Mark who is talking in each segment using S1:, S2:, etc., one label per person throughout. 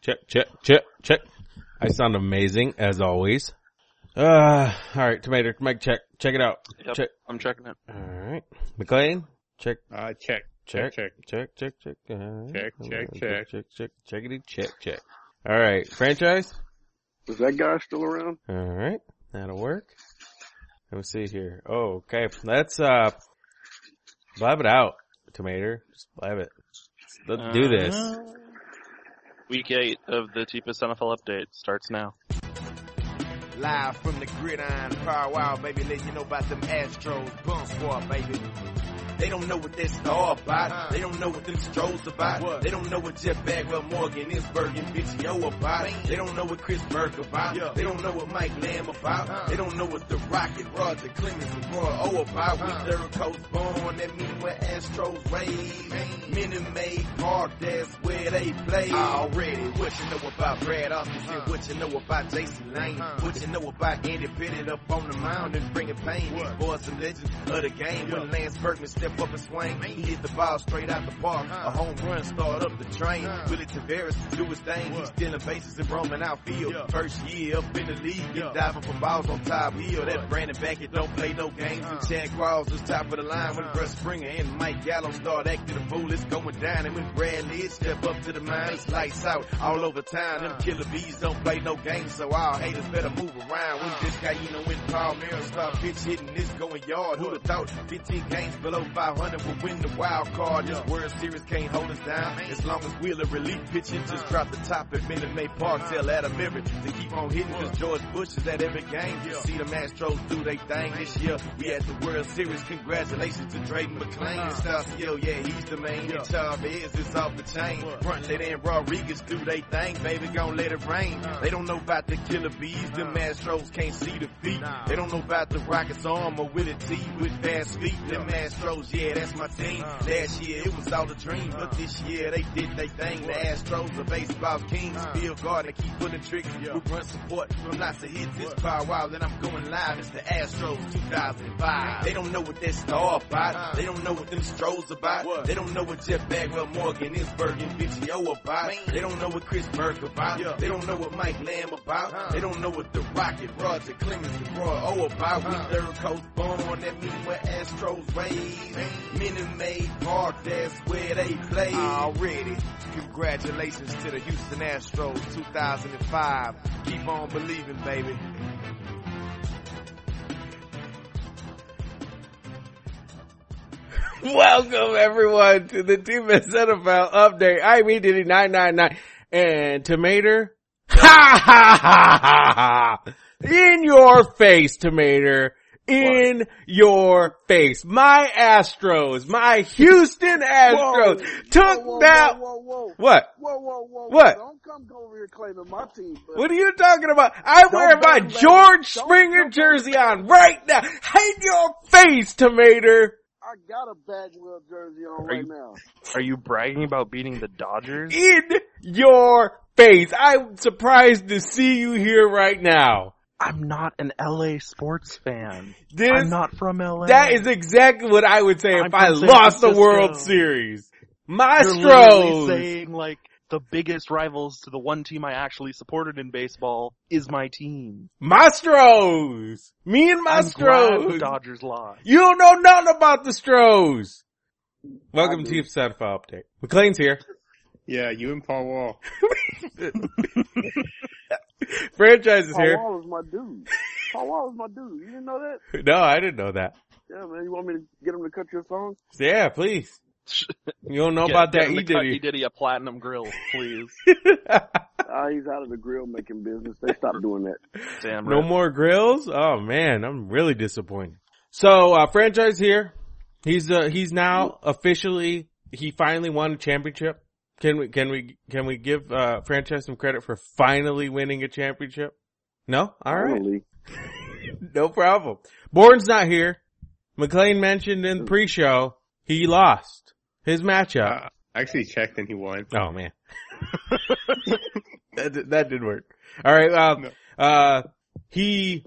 S1: Check, check, check, check, check. I sound amazing as always. Uh, all right, tomato, mic check, check it out.
S2: Yep,
S1: Check.
S2: I'm checking it.
S1: All right, McLean, check,
S3: Uh, check,
S1: check,
S3: check,
S1: check,
S3: check.
S1: check, check, check, All right.
S3: Check, check,
S1: check, check, check, checkity, check, check. All right, franchise.
S2: Is that guy still around?
S1: All right, that'll work. Let me see here. Oh, okay, let's uh, blab it out, tomato. Just blab it. Let's do this.
S2: Week eight of the cheapest NFL update starts now.
S4: Live from the gridiron, far wild, baby, let you know about them Astros, bum squad, baby. They don't know what that star about. They don't know what them strolls about. They don't know what Jeff Bagwell, Morgan, Isberg, and Biggio about. They don't know what Chris Burke about. They don't know what Mike Lamb about. They don't know what The Rocket, Roger Clemens, and Roy O about. When Derek Cole's born, that mean where Astros raised. Minute Maid Park, that's where they play. Already, what you know about Brad Austin? and What you know about Jason Lane? What you know about Andy Pettit up on the mound and bringing pain? These boys some legends of the game. When Lance Berkman step up and swing, he hit the ball straight out the park. A home run start up the train. Willie Tavares do his thing. He's stealing bases and roaming outfield. First year up in the league, he diving for balls on top hill. That Brandon Beckett don't play no games. Chad Cross is top of the line when Russ Springer and Mike Gallo start acting a fool. It's going down, and when Brad Lidge step up to the mound, it's lights out all over town. Them killer bees don't play no games, so all haters better move around. When this guy, you know, when Paul Merrill start pitch hitting, this going yard. Who'd have thought 15 games below 500 would win the wild card? This World Series can't hold us down. As long as we're a relief pitching, just drop the top at Minute Maid Park. Tell Adam Everett to keep on hitting, cause George Bush is at every game. You see the Astros do they thing this year. We at the World Series. Congratulations to Drayton McClain. and Stasio, yeah, he's the man. And Chavez is off the chain. Bruntlett and Rodriguez do they thing, baby. Gonna let it rain. They don't know about the killer bees. Them Astros can't see the feet. They don't know about the Rockets arm or Willie T with fast feet. Them Astros, yeah, that's my team. Last year it was all a dream, but this year they did they thing. The Astros are baseball kings. Bill Gardner keep pulling tricks. We run support from lots of hits. It's Power Wild and I'm going live. It's the Astros 2005. They don't know what that star about. They don't know what them strolls about. They don't know what Jeff Bagwell, Morgan, Isberg, and Biggio about. They don't know what Chris Burke about. They don't know what Mike Lamb about. They don't know what The Rocket, Roger Clemens, and Roy O about. When Derek Cole's born, that mean where Astros raised. Minute Maid Park, that's where they play. Already, congratulations to the Houston Astros 2005. Keep on believing, baby.
S1: Welcome everyone to the Team NFL update. I'm EDD nine nine nine and Tomater. Ha ha ha ha ha! In your face, Tomater. In your face. My Astros, my Houston Astros took that.
S5: Whoa, whoa,
S1: What?
S5: whoa, whoa, whoa!
S1: What?
S5: Don't come over here claiming my team. But
S1: What are you talking about? I'm wearing my
S5: don't let-
S1: George
S5: don't-
S1: Springer
S5: don't-
S1: jersey on right now. In your face, Tomater.
S5: I got a Bagwell jersey on
S2: Are
S5: right
S2: you-
S5: now.
S2: Are you bragging about beating the Dodgers?
S1: in your face. I'm surprised to see you here right now.
S2: I'm not an LA sports fan.
S1: This
S2: I'm not from LA.
S1: that is exactly what I would say
S2: I'm
S1: if
S2: from
S1: I
S2: San
S1: lost the
S2: Francisco.
S1: World Series.
S2: You're literally
S1: Maestros.
S2: saying like the biggest rivals to the one team I actually supported in baseball is my team.
S1: Maestros. Me and
S2: I'm glad the
S1: Maestros.
S2: Dodgers lost.
S1: You don't know nothing about the Stros. Welcome
S5: I
S1: to
S5: do.
S1: your Satisfy Update. McLean's here.
S3: Yeah, you and Paul Wall.
S1: Franchise is
S5: Paul
S1: here.
S5: Wall is my dude. Paul Wall is my dude. You didn't know that?
S1: No, I didn't know that.
S5: Yeah, man. You want me to get him to cut your song?
S1: Yeah, please. You don't know about that. E. Diddy.
S2: did a platinum grill, please.
S5: Ah, he's out of the grill making business. They stopped doing that.
S2: Damn
S1: No
S2: right.
S1: more grills? Oh man, I'm really disappointed. So, uh, franchise here. He's, uh, he's now officially, he finally won a championship. Can we, can we, can we give, uh, franchise some credit for finally winning a championship? No? Alright.
S5: Finally.
S1: No problem. Bourne's not here. McLean mentioned in the pre-show, he lost his matchup.
S3: Uh, I actually checked and he won.
S1: Oh man. that, did, that did work. Alright, um,
S3: No.
S1: uh, he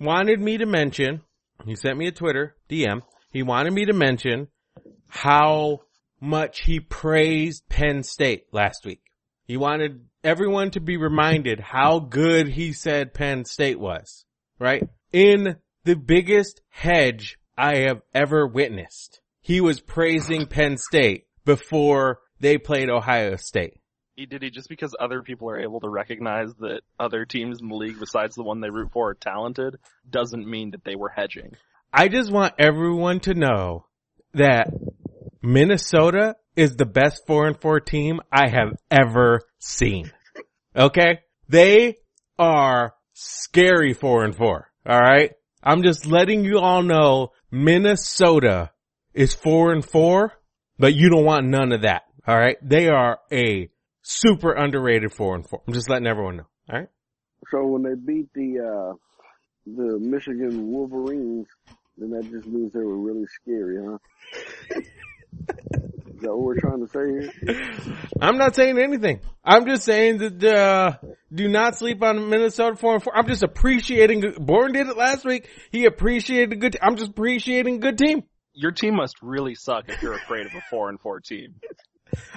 S1: wanted me to mention, he sent me a Twitter DM, he wanted me to mention how much he praised Penn State last week. He wanted everyone to be reminded how good he said Penn State was, right? In the biggest hedge I have ever witnessed. He was praising Penn State before they played Ohio State.
S2: He did he E just because other people are able to recognize that other teams in the league besides the one they root for are talented doesn't mean that they were hedging.
S1: I just want everyone to know that Minnesota is the best four and four team I have ever seen. Okay. They are scary four and four. All right. I'm just letting you all know Minnesota is four and four, but you don't want none of that. All right. They are a super underrated four and four. I'm just letting everyone know. All right.
S5: So when they beat the uh, the Michigan Wolverines, then that just means they were really scary, huh? Is that what we're trying to say here?
S1: I'm not saying anything. I'm just saying that uh, do not sleep on Minnesota four and four. I'm just appreciating. good- Bourne did it last week. He appreciated a good. I'm just appreciating a good team.
S2: Your team must really suck if you're afraid of a four and four team.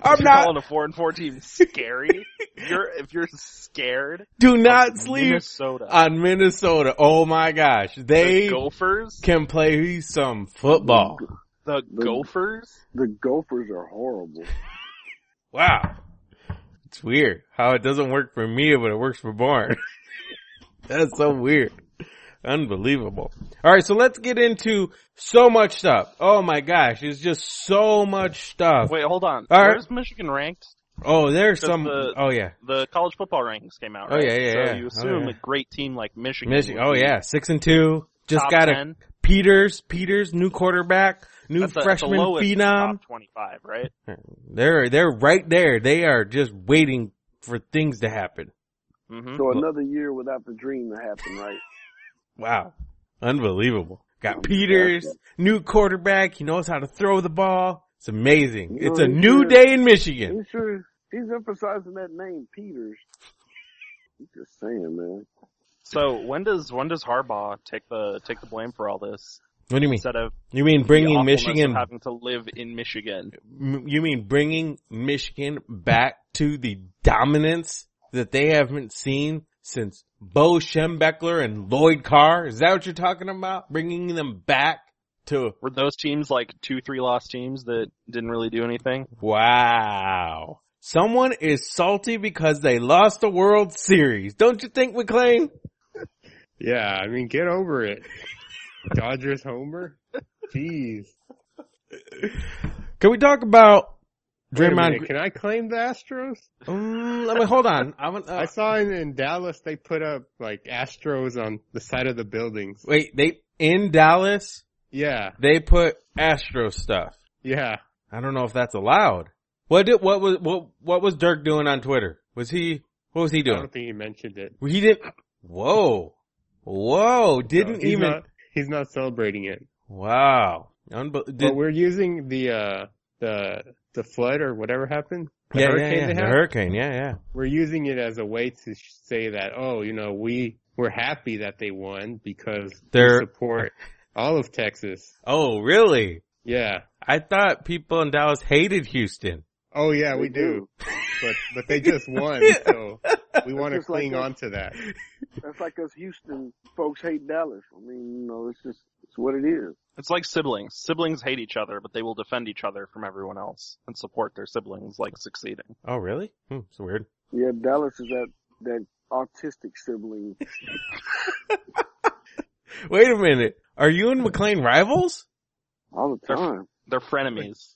S1: I'm
S2: If you're
S1: not.
S2: calling a four and four team scary. you're if you're scared.
S1: Do
S2: of
S1: not sleep
S2: Minnesota.
S1: on Minnesota. Oh my gosh,
S2: the
S1: they
S2: Gophers.
S1: can play some football.
S2: The
S5: the-
S2: Gophers.
S5: The Gophers are horrible.
S1: Wow, it's weird how it doesn't work for me, but it works for Bourne. That's so weird. Unbelievable. All right, so let's get into so much stuff. Oh my gosh, it's just so much stuff.
S2: Wait, hold on.
S1: All right.
S2: Where's Michigan ranked?
S1: Oh, there's
S2: Just
S1: some.
S2: the-
S1: oh yeah,
S2: The college football rankings came out.
S1: Oh,
S2: Right?
S1: yeah, yeah,
S2: So
S1: yeah.
S2: you
S1: Oh,
S2: assume
S1: yeah.
S2: a great team like Michigan.
S1: Michigan.
S2: would
S1: Oh
S2: be
S1: yeah, six and two. Just
S2: top
S1: got a
S2: 10.
S1: Peters. Peters, new quarterback, new
S2: That's the- that's the
S1: freshman
S2: lowest in the
S1: phenom.
S2: Top twenty-five, right?
S1: They're they're right there. They are just waiting for things to happen.
S2: Mm-hmm.
S5: So another year without the dream to happen, right?
S1: Wow, unbelievable. Got Peters, new quarterback. He knows how to throw the ball. It's amazing.
S5: You
S1: It's
S5: know,
S1: a
S5: he
S1: new
S5: should-
S1: day in Michigan.
S5: He sure he's emphasizing that name, Peters. I'm just saying, man.
S2: So when does when does Harbaugh take the take the blame for all this
S1: What do you mean?
S2: instead of
S1: You mean
S2: the
S1: bringing
S2: awfulness of
S1: Michigan?
S2: having to live in Michigan?
S1: M- you mean bringing Michigan back to the dominance that they haven't seen since Bo Schembechler and Lloyd Carr? Is that what you're talking about? Bringing them back to
S2: Were those teams like two three loss teams that didn't really do anything?
S1: wow. Someone is salty because they lost the World Series. Don't you think, McLean?
S3: Yeah, I mean, get over it. Dodgers homer? Jeez.
S1: Can we talk about
S3: Wait a
S1: Draymond?
S3: minute, can I claim the Astros?
S1: Mm, let me hold on. I want.
S3: I
S1: Uh,
S3: saw in, in Dallas they put up like Astros on the side of the buildings.
S1: wait, they in Dallas
S3: Yeah,
S1: they put Astro stuff.
S3: yeah.
S1: I don't know if that's allowed. What did what was what what was Dirk doing on Twitter? Was he what was he
S3: I
S1: doing?
S3: don't think he mentioned it.
S1: He didn't. Whoa, whoa!
S3: No,
S1: Didn't
S3: he's
S1: even.
S3: Not, he's not celebrating it.
S1: Wow. Unbe-
S3: But
S1: did,
S3: we're using the uh the the flood or whatever happened. The
S1: yeah, yeah,
S3: hurricane
S1: yeah.
S3: they
S1: The
S3: had?
S1: hurricane. Yeah, yeah.
S3: We're using it as a way to sh- say that oh, you know, we we're happy that they won because
S1: They're-
S3: they support all of Texas.
S1: Oh, really?
S3: Yeah.
S1: I thought people in Dallas hated Houston.
S3: Oh yeah,
S5: They
S3: we do. but but they just won, so we want to
S5: Just like
S3: cling
S5: us.
S3: on to that.
S5: That's like us Houston folks hate Dallas. I mean, you know, it's just it's what it is.
S2: It's like siblings. Siblings hate each other, but they will defend each other from everyone else and support their siblings like succeeding.
S1: Oh, really? Hmm, it's weird.
S5: Yeah, Dallas is that that autistic sibling.
S1: Wait a minute. Are you and McLean rivals?
S5: All the time.
S2: They're frenemies.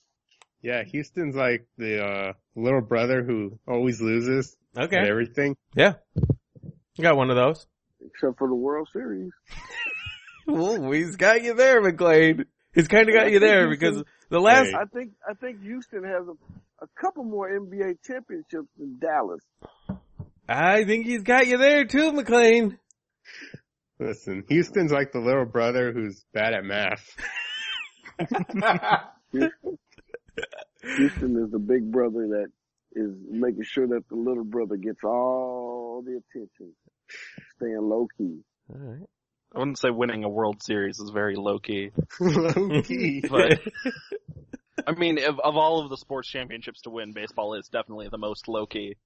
S3: Yeah, Houston's like the uh little brother who always loses at
S1: Okay.
S3: everything.
S1: You got one of those.
S5: Except for the World Series.
S1: Ooh, he's got you there, McLean. He's kind of got you there because the last
S5: I think I think Houston has a, a couple more NBA championships than Dallas.
S1: I think he's got you there too, McLean.
S3: Listen, Houston's like the little brother who's bad at math.
S5: Houston is the big brother that is making sure that the little brother gets all the attention. Staying low key.
S2: I wouldn't say winning a World Series is very low key.
S3: Low key.
S2: But I mean, of, of all of the sports championships to win, baseball is definitely the most low key.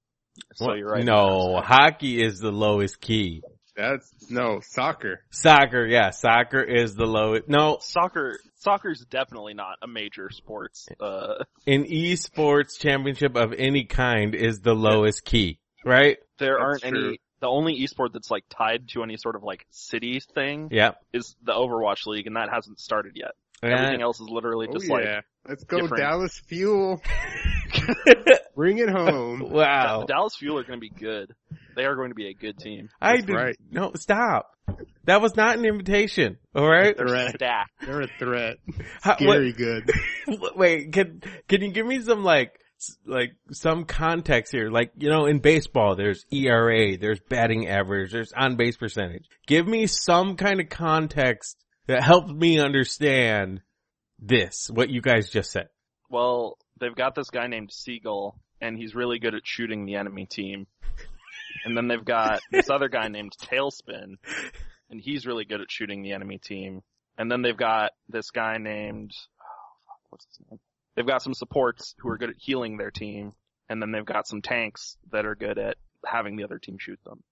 S2: So you're right.
S1: No, hockey is the lowest key.
S3: That's no soccer.
S1: Soccer, yeah, soccer is the lowest. No,
S2: Soccer, soccer's definitely not a major sports. Uh,
S1: an esports championship of any kind is the lowest key, right?
S2: there
S3: That's
S2: aren't
S3: true.
S2: any. The only esport that's like tied to any sort of like city thing
S1: Yep.
S2: is the Overwatch League, and that hasn't started yet. Everything else is literally
S3: Oh
S2: just
S3: yeah,
S2: like
S3: let's go
S2: different-
S3: Dallas Fuel. Bring it home.
S2: the
S1: wow.
S2: Dallas Fuel are going to be good. They are going to be a good team.
S1: I
S3: That's
S1: did,
S3: right.
S1: no, stop. That was not an invitation, alright?
S2: They're
S3: Right.
S2: stacked.
S3: They're a threat.
S1: How-
S3: Scary good.
S1: what- Wait, can, can you give me some like, s- like some context here? Like, you know, in baseball, there's ERA, there's batting average, there's on base percentage. Give me some kind of context that helps me understand this, what you guys just said.
S2: Well, they've got this guy named Siegel, and he's really good at shooting the enemy team. And then they've got this other guy named Tailspin, and he's really good at shooting the enemy team. And then they've got this guy named, oh, fuck, what's his name? They've got some supports who are good at healing their team, and then they've got some tanks that are good at having the other team shoot them.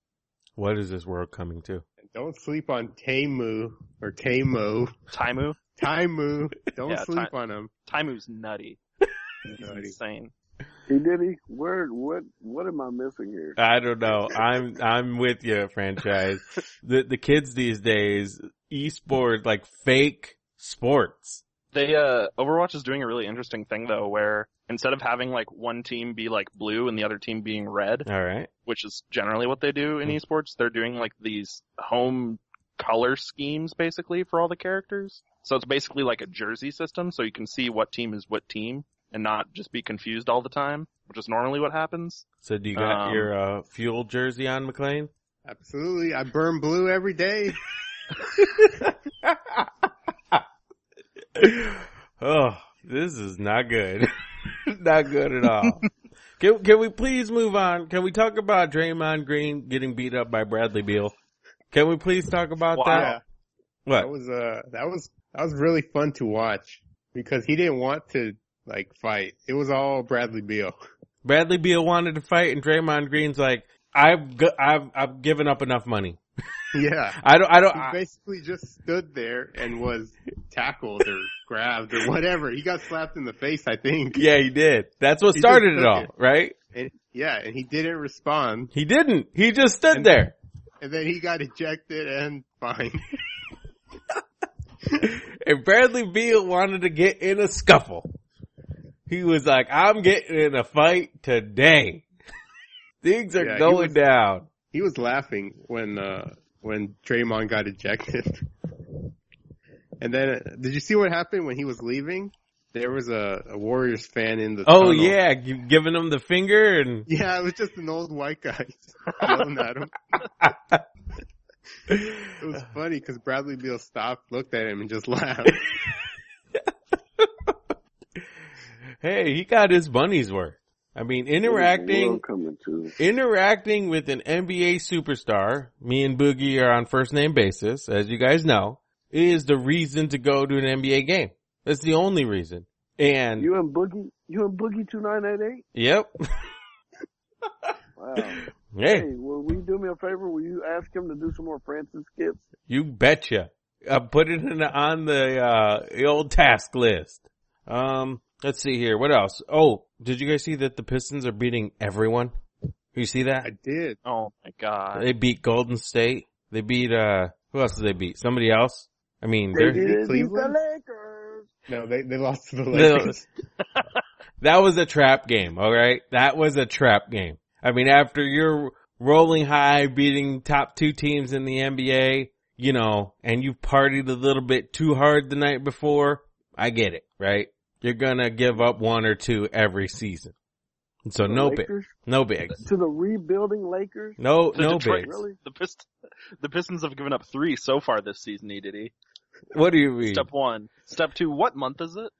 S1: What is this world coming to?
S3: Don't sleep on Tamu or Tamo.
S2: Taimu?
S3: Taimu. Don't
S2: Yeah,
S3: sleep
S2: Ti-
S3: on him.
S2: Taimu's nutty. He's
S3: Nutty.
S2: insane.
S5: He did he? Where? What? What am I missing here?
S1: I don't know. I'm I'm with you, franchise. The the kids these days, esports like fake sports.
S2: They uh Overwatch is doing a really interesting thing though where instead of having like one team be like blue and the other team being red,
S1: All right.
S2: which is generally what they do in
S1: Hmm.
S2: esports, they're doing like these home color schemes basically for all the characters. So it's basically like a jersey system so you can see what team is what team and not just be confused all the time, which is normally what happens.
S1: So do you got
S2: Um,
S1: your uh, fuel jersey on, McLean?
S3: Absolutely. I burn blue every day.
S1: oh, this is not good. not good at all. Can, can we please move on? Can we talk about Draymond Green getting beat up by Bradley Beal? Can we please talk about
S2: Wow.
S1: that?
S3: Yeah.
S1: What?
S3: That was uh that was that was really fun to watch because he didn't want to like fight. It was all Bradley Beal.
S1: Bradley Beal wanted to fight, and Draymond Green's like, "I've g- I've I've given up enough money.
S3: Yeah.
S1: I don't I don't
S3: He
S1: I,
S3: basically just stood there and was tackled or grabbed or whatever. He got slapped in the face, I think.
S1: yeah, he did. That's what
S3: He just
S1: started it
S3: took
S1: all,
S3: it.
S1: right?
S3: And, yeah, and he didn't respond.
S1: He didn't. He just stood
S3: And-
S1: there.
S3: And then he got ejected and fined.
S1: And Bradley Beal wanted to get in a scuffle. He was like, "I'm getting in a fight today. Things are
S3: Yeah, he
S1: going
S3: was-
S1: down."
S3: He was laughing when uh when Draymond got ejected. And then uh, did you see what happened when he was leaving? There was a, a Warriors fan in the
S1: Oh
S3: tunnel.
S1: yeah, you giving him the finger and
S3: Yeah, it was just an old white guy yelling at him. It was funny because Bradley Beal stopped, looked at him, and just laughed.
S1: hey, he got his money's worth. I mean,
S5: What is the
S1: interacting
S5: world coming to?
S1: interacting with an NBA superstar, me and Boogie are on first name basis, as you guys know, is the reason to go to an NBA game. That's the only reason. And
S5: You and Boogie? You and Boogie two nine eight eight?
S1: yep.
S5: Wow.
S1: Hey,
S5: Hey, will will you do me a favor? Will you ask him to do some more Francis skips?
S1: you betcha. I put it in the, on the uh the old task list. Um let's see here. What else? Oh, did you guys see that the Pistons are beating everyone? You see that?
S3: I did.
S2: Oh my god.
S1: They beat Golden State. They beat uh who else did they beat? Somebody else? I mean,
S5: They
S1: they're
S5: did beat
S3: Cleveland?
S5: the Lakers.
S3: No, they they lost to the
S1: No.
S3: Lakers.
S1: That was a trap game, alright? That was a trap game. I mean, after you're rolling high, beating top two teams in the NBA, you know, and you've partied a little bit too hard the night before, I get it, right? You're gonna give up one or two every season. So no big,
S5: Lakers?
S1: no bigs.
S5: To the rebuilding Lakers?
S1: No,
S2: The
S1: no
S2: Detroit-
S1: bigs.
S5: Really?
S2: The Pist- the Pistons have given up 3 so far this season, EDD.
S1: What do you mean?
S2: Step 1. Step 2, what month is it?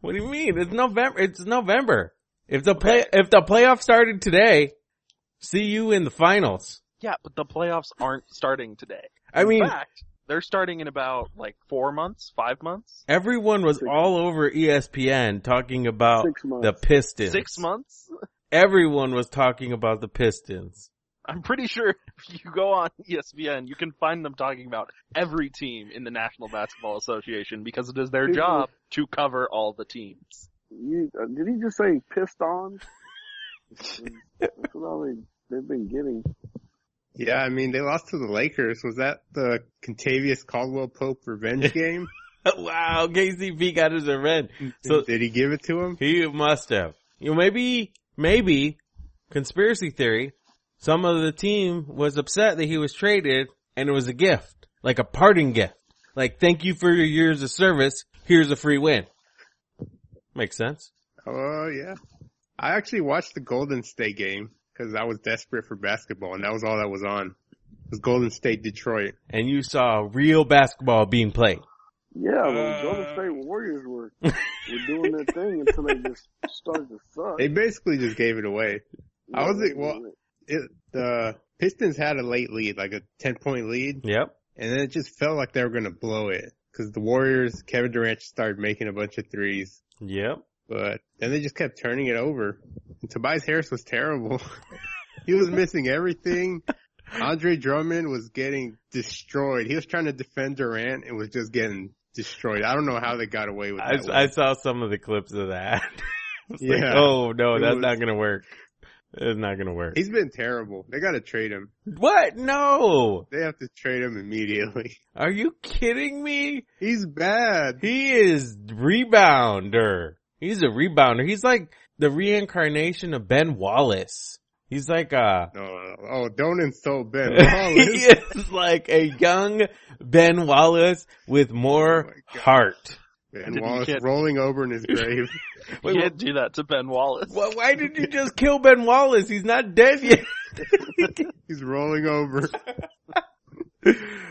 S1: What do you mean? It's November. It's November. If the play, if the playoff started today, see you in the finals.
S2: Yeah, but the playoffs aren't starting today.
S1: I
S2: In
S1: mean,
S2: fact, they're starting in about like four months, five months,
S1: Everyone was E
S5: Six.
S1: all over ESPN talking about
S5: Six months.
S1: the Pistons.
S2: six months.
S1: everyone was talking about the Pistons.
S2: I'm pretty sure if you go on E ESPN, you can find them talking about every team in the National Basketball Association because it is their
S5: People-
S2: job to cover all the teams.
S5: You, uh, did he just say pissed on? That's what all they, they've been getting.
S3: Yeah, I mean, they lost to the Lakers. Was that the Contavious Caldwell Pope revenge game?
S1: wow, KCP got his revenge. So
S3: Did he give it to him?
S1: he must have. You know, maybe, maybe, conspiracy theory, some of the team was upset that he was traded and it was a gift, like a parting gift. Like, thank you for your years of service. Here's a free win. Makes sense.
S3: Oh, yeah. I actually watched the Golden State game because I was desperate for basketball and that was all that was on. It was Golden State Detroit.
S1: And you saw real basketball being played.
S5: Yeah, when the
S3: Uh.
S5: Golden State Warriors were, were doing their thing until they just started to suck.
S3: They basically just gave it away. I was like, well- It, the Pistons had a late lead, like a 10 point lead,
S1: Yep.
S3: and then it just felt like they were going to blow it because the Warriors, Kevin Durant just started making a bunch of threes.
S1: Yep.
S3: But then they just kept turning it over. And Tobias Harris was terrible. he was missing everything. Andre Drummond was getting destroyed. He was trying to defend Durant and was just getting destroyed. I don't know how they got away with
S1: I,
S3: that.
S1: I
S3: one.
S1: saw some of the clips of that. It's like,
S3: Yeah.
S1: oh no,
S3: It
S1: that's
S3: was-
S1: not gonna work. It's not gonna work.
S3: He's been terrible. They gotta trade him.
S1: What? No!
S3: They have to trade him immediately.
S1: Are you kidding me?
S3: He's bad.
S1: He is rebounder. He's a rebounder. He's like the reincarnation of Ben Wallace. He's like a,
S3: No, no, no. oh, don't insult Ben.
S1: he
S3: Wallace.
S1: is like a young Ben Wallace with
S3: Oh
S1: more
S3: my God.
S1: heart.
S3: ben
S2: Didn't
S3: Wallace
S2: get-
S3: rolling over in his grave.
S1: Wait,
S2: you can't do that to Ben Wallace.
S1: Why, why did you just kill Ben Wallace? He's not dead yet.
S3: He's rolling over.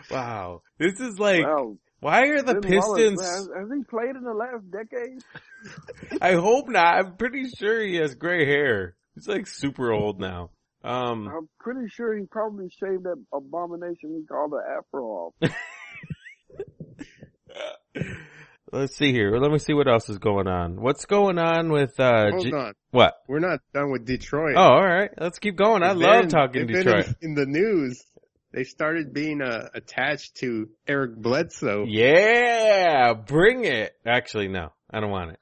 S1: wow. This is like,
S5: wow,
S1: why are the
S5: Ben Wallace,
S1: Pistons?
S5: man, has, has he played in the last decade?
S1: I hope not. I'm pretty sure he has gray hair. He's like super old now. Um,
S5: I'm pretty sure he probably shaved that abomination he called the afro off.
S1: let's see here. Let me see what else is going on. What's going on with uh?
S3: Hold
S1: G-
S3: on.
S1: what?
S3: We're not done with Detroit.
S1: Oh, all right. Let's keep going. I
S3: They've
S1: love
S3: been-
S1: talking
S3: they've been
S1: Detroit.
S3: In, in the news, they started being uh, attached to Eric Bledsoe.
S1: Yeah, bring it. Actually, no, I don't want it.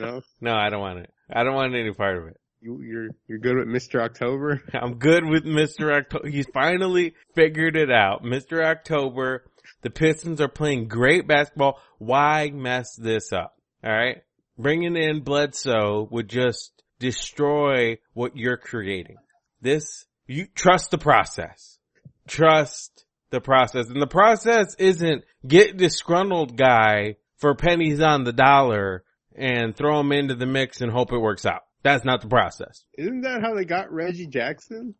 S3: No,
S1: No, I don't want it. I don't want any part of it.
S3: you, you're you're good with Mr. October.
S1: I'm good with Mr. October. He's finally figured it out. Mr. October. The Pistons are playing great basketball. Why mess this up? All right. Bringing in Bledsoe would just destroy what you're creating. This, you trust the process. Trust the process. And the process isn't get disgruntled guy for pennies on the dollar and throw him into the mix and hope it works out. That's not the process.
S3: Isn't that how they got Reggie Jackson?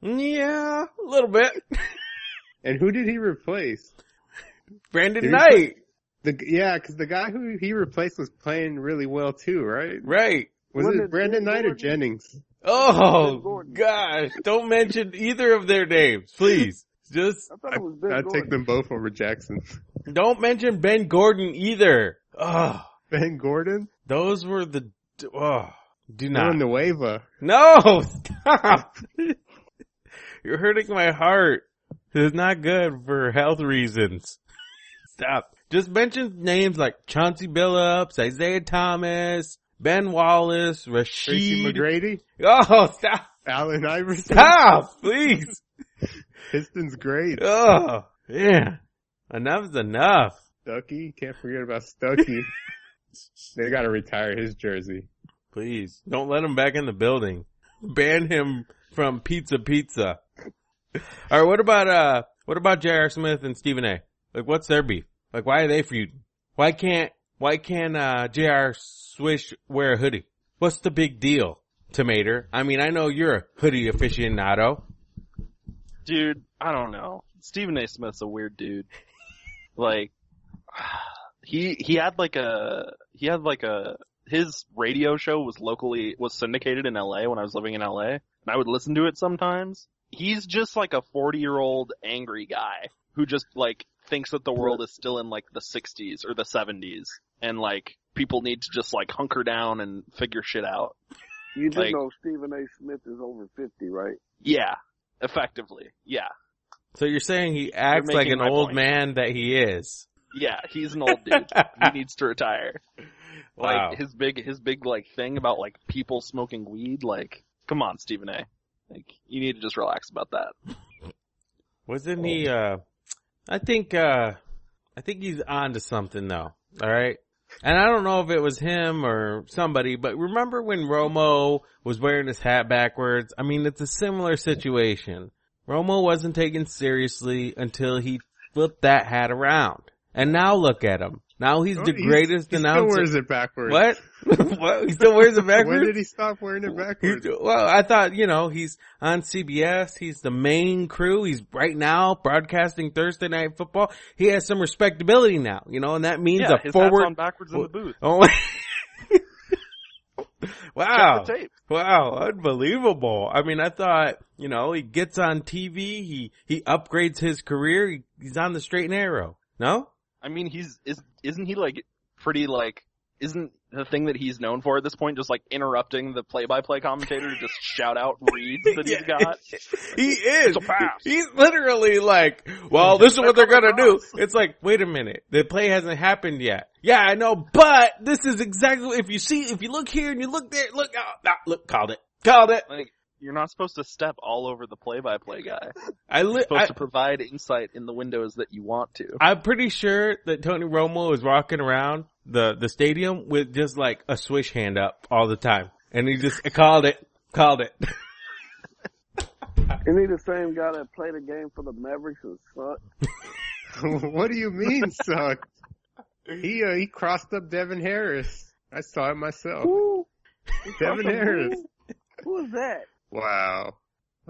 S1: Yeah, a little bit.
S3: And who did he replace?
S1: Brandon
S3: Dude,
S1: Knight,
S3: The yeah, because the guy who he replaced was playing really well too, right?
S1: right?
S3: Was
S5: Wasn't
S3: it
S5: it Jim
S3: Brandon Knight or
S5: Gordon?
S3: Jennings?
S1: Oh
S5: Gordon.
S1: gosh, don't mention either of their names, please. Just
S5: I thought it was Ben
S3: I'd
S5: Gordon.
S3: take them both over Jackson.
S1: don't mention Ben Gordon either. Oh,
S3: Ben Gordon,
S1: those were the. Oh, do
S3: nah.
S1: not.
S3: Nueva.
S1: No, stop. You're hurting my heart. It's not good for health reasons. Stop. Just mention names like Chauncey Billups, Isaiah Thomas, Ben Wallace, Rasheed.
S3: Tracy McGrady,
S1: Oh, stop.
S3: Allen Iverson,
S1: Stop, please.
S3: Pistons great.
S1: Oh, yeah. Enough's enough.
S3: Stuckey, can't forget about Stuckey. they gotta retire his jersey.
S1: Please don't let him back in the building. Ban him from Pizza Pizza. All right. What about, uh, what about J.R. Smith and Stephen A? Like, what's their beef? Like, why are they feuding? Why can't, why can't, uh, J.R. Swish wear a hoodie? What's the big deal, Tomater? I mean, I know you're a hoodie aficionado.
S2: Dude, I don't know. Stephen A. Smith's a weird dude. Like, he, he had like a, he had like a, his radio show was locally, was syndicated in LA when I was living in LA, and I would listen to it sometimes. He's just like a 40 year old angry guy who just like thinks that the world is still in like the 60s or the 70s, and like people need to just like hunker down and figure shit out.
S5: You do
S2: Like-
S5: know Stephen A. Smith is over 50, right?
S2: Yeah, effectively. Yeah,
S1: So you're saying he acts
S2: You're
S1: like
S2: making
S1: an
S2: my
S1: old
S2: point.
S1: man that he is.
S2: yeah. He's an old dude. he needs to retire. Like
S1: Wow.
S2: his big his big like thing about like people smoking weed. Like, come on, Stephen A. Like you need to just relax about that.
S1: Wasn't he,
S3: Oh.
S1: uh, I think, uh, I think he's on to something though. All right. And I don't know if it was him or somebody, but remember when Romo was wearing his hat backwards? I mean, it's a similar situation. Romo wasn't taken seriously until he flipped that hat around. And now look at him. Now he's the
S3: Oh, He's-
S1: greatest
S3: he still
S1: announcer.
S3: wears it backwards.
S1: What? what? He still wears it
S3: When
S1: backwards?
S3: did he stop wearing it
S1: He-
S3: backwards?
S1: well, I thought, you know, he's on CBS. He's the main crew. He's right now broadcasting Thursday night football. He has some respectability now, you know, and that means
S2: yeah,
S1: a
S2: his hat's on
S1: forward.
S2: backwards in the booth.
S1: Oh,
S2: Check
S1: wow.
S2: the tape.
S1: Wow. Unbelievable. I mean, I thought, you know, he gets on TV. He, he upgrades his career. He, he's on the straight and arrow. No?
S2: I mean, he's is isn't he like pretty like isn't the thing that he's known for at this point just like interrupting the play-by-play commentator to just shout out reads that he's
S1: Yeah.
S2: got?
S1: He is.
S2: It's a pass.
S1: He's literally like, well, this is what they're
S2: They're
S1: gonna
S2: coming
S1: do.
S2: across.
S1: It's like, wait a minute, the play hasn't happened yet. Yeah, I know, but this is exactly if you see, if you look here and you look there, look, oh, nah, look, called it, called it.
S2: Like you're not supposed to step all over the play-by-play guy.
S1: I li-
S2: You're supposed
S1: I,
S2: to provide insight in the windows that you want to.
S1: I'm pretty sure that Tony Romo is walking around the the stadium with just like a swish hand up all the time, and he just called it, called it.
S5: Isn't he the same guy that played a game for the Mavericks and sucked?
S3: what do you mean sucked? He uh, he crossed up Devin Harris. I saw it myself.
S5: Who?
S3: Devin Harris.
S5: Who is that?
S3: Wow.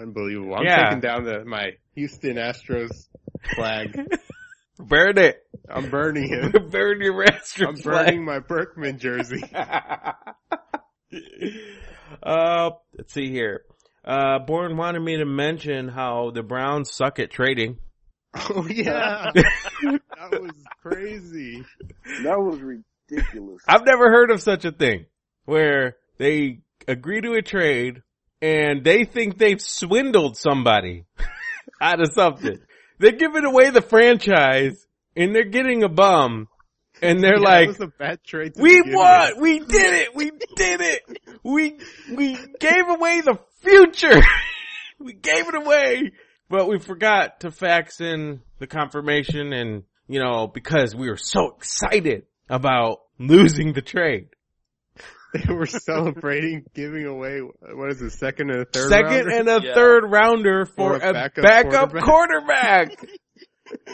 S3: Unbelievable. I'm
S1: Yeah.
S3: taking down the, my Houston Astros flag.
S1: Burn it,
S3: I'm burning it.
S1: burn your restroom.
S3: I'm
S1: flag.
S3: burning my Berkman jersey.
S1: uh, let's see here. Uh, Bourne wanted me to mention how the Browns suck at trading.
S3: Oh yeah. that was crazy.
S5: That was ridiculous.
S1: I've never heard of such a thing where they agree to a trade and they think they've swindled somebody out of something. They're giving away the franchise and they're getting a bum and they're
S3: Yeah,
S1: like,
S3: that was a bad trade. to
S1: We
S3: begin
S1: won!
S3: with.
S1: We did it! We did it! We, we gave away the future! we gave it away! But we forgot to fax in the confirmation and, you know, because we were so excited about losing the trade.
S3: They were celebrating giving away what is it, second and a third
S1: Second
S3: rounder?
S1: and a
S2: Yeah.
S1: third rounder for,
S3: For a
S1: a backup,
S3: backup
S1: quarterback.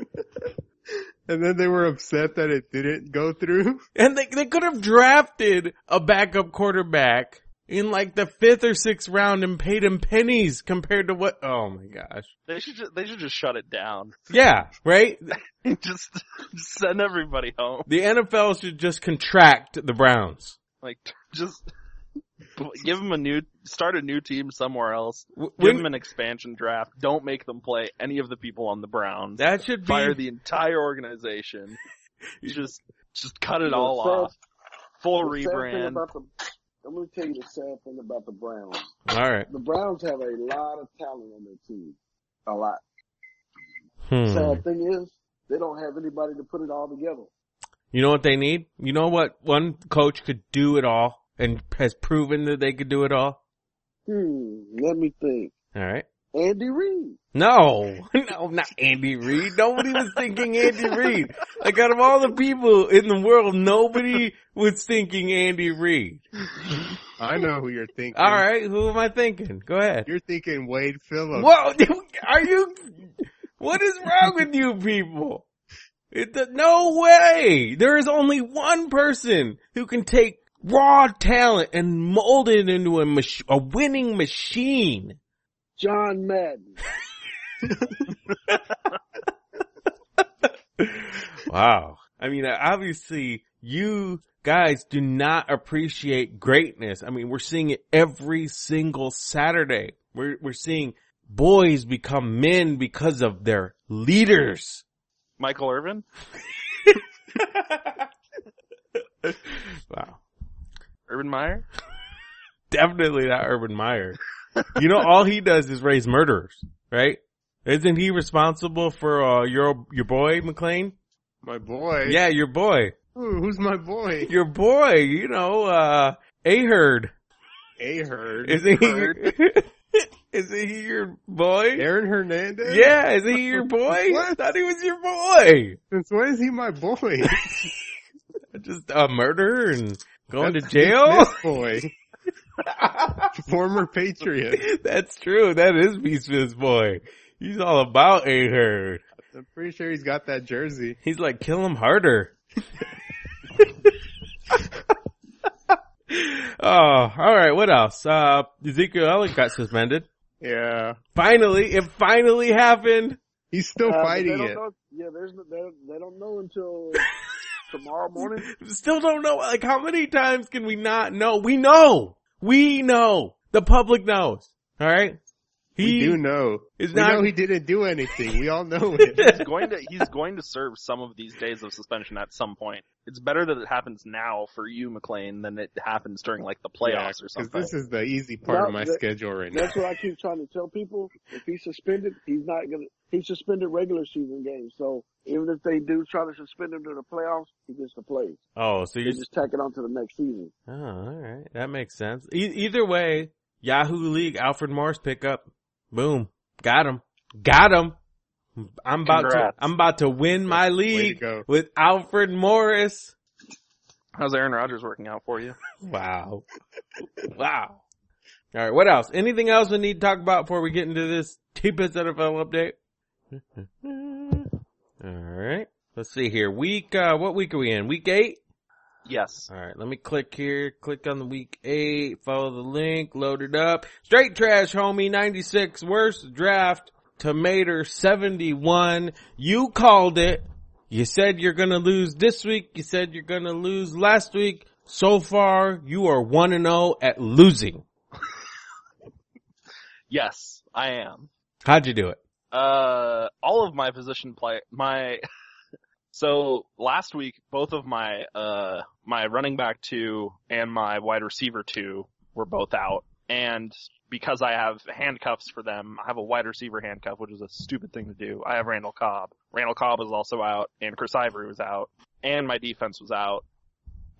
S3: and then they were upset that it didn't go through.
S1: and they, they could have drafted a backup quarterback in like the fifth or sixth round and paid him pennies compared to what, oh my gosh.
S2: They should just, they should just shut it down.
S1: Yeah, right?
S2: just, just send everybody home.
S1: The NFL should just contract the Browns.
S2: Like just give them a new start a new team somewhere else.
S1: W-
S2: Give
S1: when-
S2: them an expansion draft. Don't make them play any of the people on the Browns.
S1: that should be
S2: Fire the entire organization. just, just cut it
S5: The
S2: all
S5: sad-
S2: off. Full
S5: The sad thing
S2: rebrand.
S5: about the- I'm going to tell you the sad thing about the Browns.
S1: all right.
S5: The Browns have a lot of talent on their team. A lot.
S1: Hmm.
S5: Sad thing is, they don't have anybody to put it all together.
S1: You know what they need? You know what one coach could do it all and has proven that they could do it all.
S5: Hmm, let me think.
S1: All right.
S5: Andy Reid.
S1: No, no, not Andy Reid. Nobody was thinking Andy Reid. Like out of all the people in the world, nobody was thinking Andy Reid.
S3: I know who you're thinking.
S1: All right, who am I thinking? Go ahead.
S3: You're thinking Wade Phillips.
S1: Whoa, are you? What is wrong with you people? It, do- no way! There is only one person who can take raw talent and mold it into a mach- a winning machine.
S5: John Madden.
S1: Wow. I mean, obviously, you guys do not appreciate greatness. I mean, we're seeing it every single Saturday. We're, we're seeing boys become men because of their leaders.
S2: Michael Irvin?
S1: Wow.
S2: Urban Meyer?
S1: definitely not Urban Meyer. You know, all he does is raise murderers, right? Isn't he responsible for uh, your your boy McLean?
S3: My boy.
S1: Yeah, your boy,
S3: Ooh, who's my boy?
S1: your boy. You know, uh, Aherd.
S3: Ahern.
S1: Isn't he? isn't he your boy?
S3: Aaron Hernandez?
S1: Yeah, isn't he your boy? I
S3: What?
S1: thought he was your boy.
S3: Since when is he my boy?
S1: Just a murderer and going
S3: That's
S1: to jail.
S3: This boy. Former Patriot.
S1: That's true. That is Beastman's boy. He's all about Aherd.
S3: I'm pretty sure he's got that jersey.
S1: He's like, kill him harder. oh, all right. What else? Uh, Ezekiel Elliott got suspended.
S3: Yeah.
S1: Finally, it finally happened.
S3: He's still
S5: Uh, but they
S3: fighting
S5: don't
S3: it.
S5: know- yeah, there's no- they don't- they don't know until tomorrow morning.
S1: Still don't know. Like, how many times can we not know? We know. We know. The public knows. All right.
S3: we do know.
S1: is
S3: we
S1: not-
S3: know he didn't do anything. We all know it.
S2: He's going to he's going to serve some of these days of suspension at some point. It's better that it happens now for you, McLean, than it happens during like the playoffs or
S3: Because
S2: something.
S3: this is the easy part of
S5: No,
S3: my
S5: that-
S3: schedule right now.
S5: That's what I keep trying to tell people. If he's suspended, he's not gonna. He's suspended regular season games. So even if they do try to suspend him to the playoffs, he gets to play.
S1: Oh, so
S5: They
S1: you're
S5: just tack it on to the next season.
S1: Oh, all right. That makes sense. E- either way, Yahoo League, Alfred Morris pickup. Boom. Got him. Got him. I'm about
S2: Congrats.
S1: to, I'm about to win my
S3: Way to
S1: league
S3: go.
S1: with Alfred Morris.
S2: How's Aaron Rodgers working out for you?
S1: Wow. wow. All right. What else? Anything else we need to talk about before we get into this cheapest NFL update? all right. Let's see here. Week, uh, what week are we in? Week eight?
S2: Yes.
S1: All right, let me click here. Click on the week eight. Follow the link. Load it up. Straight trash, homie. Ninety six. Worst draft. Tomato seventy one. You called it. You said you're gonna lose this week. You said you're gonna lose last week. So far, you are one and zero at losing.
S2: Yes, I am.
S1: How'd you do it?
S2: Uh, all of my position play, my, so last week, both of my, uh, my running back two and my wide receiver two were both out. And because I have handcuffs for them, I have a wide receiver handcuff, which is a stupid thing to do. I have Randall Cobb. Randall Cobb is also out and Chris Ivory was out and my defense was out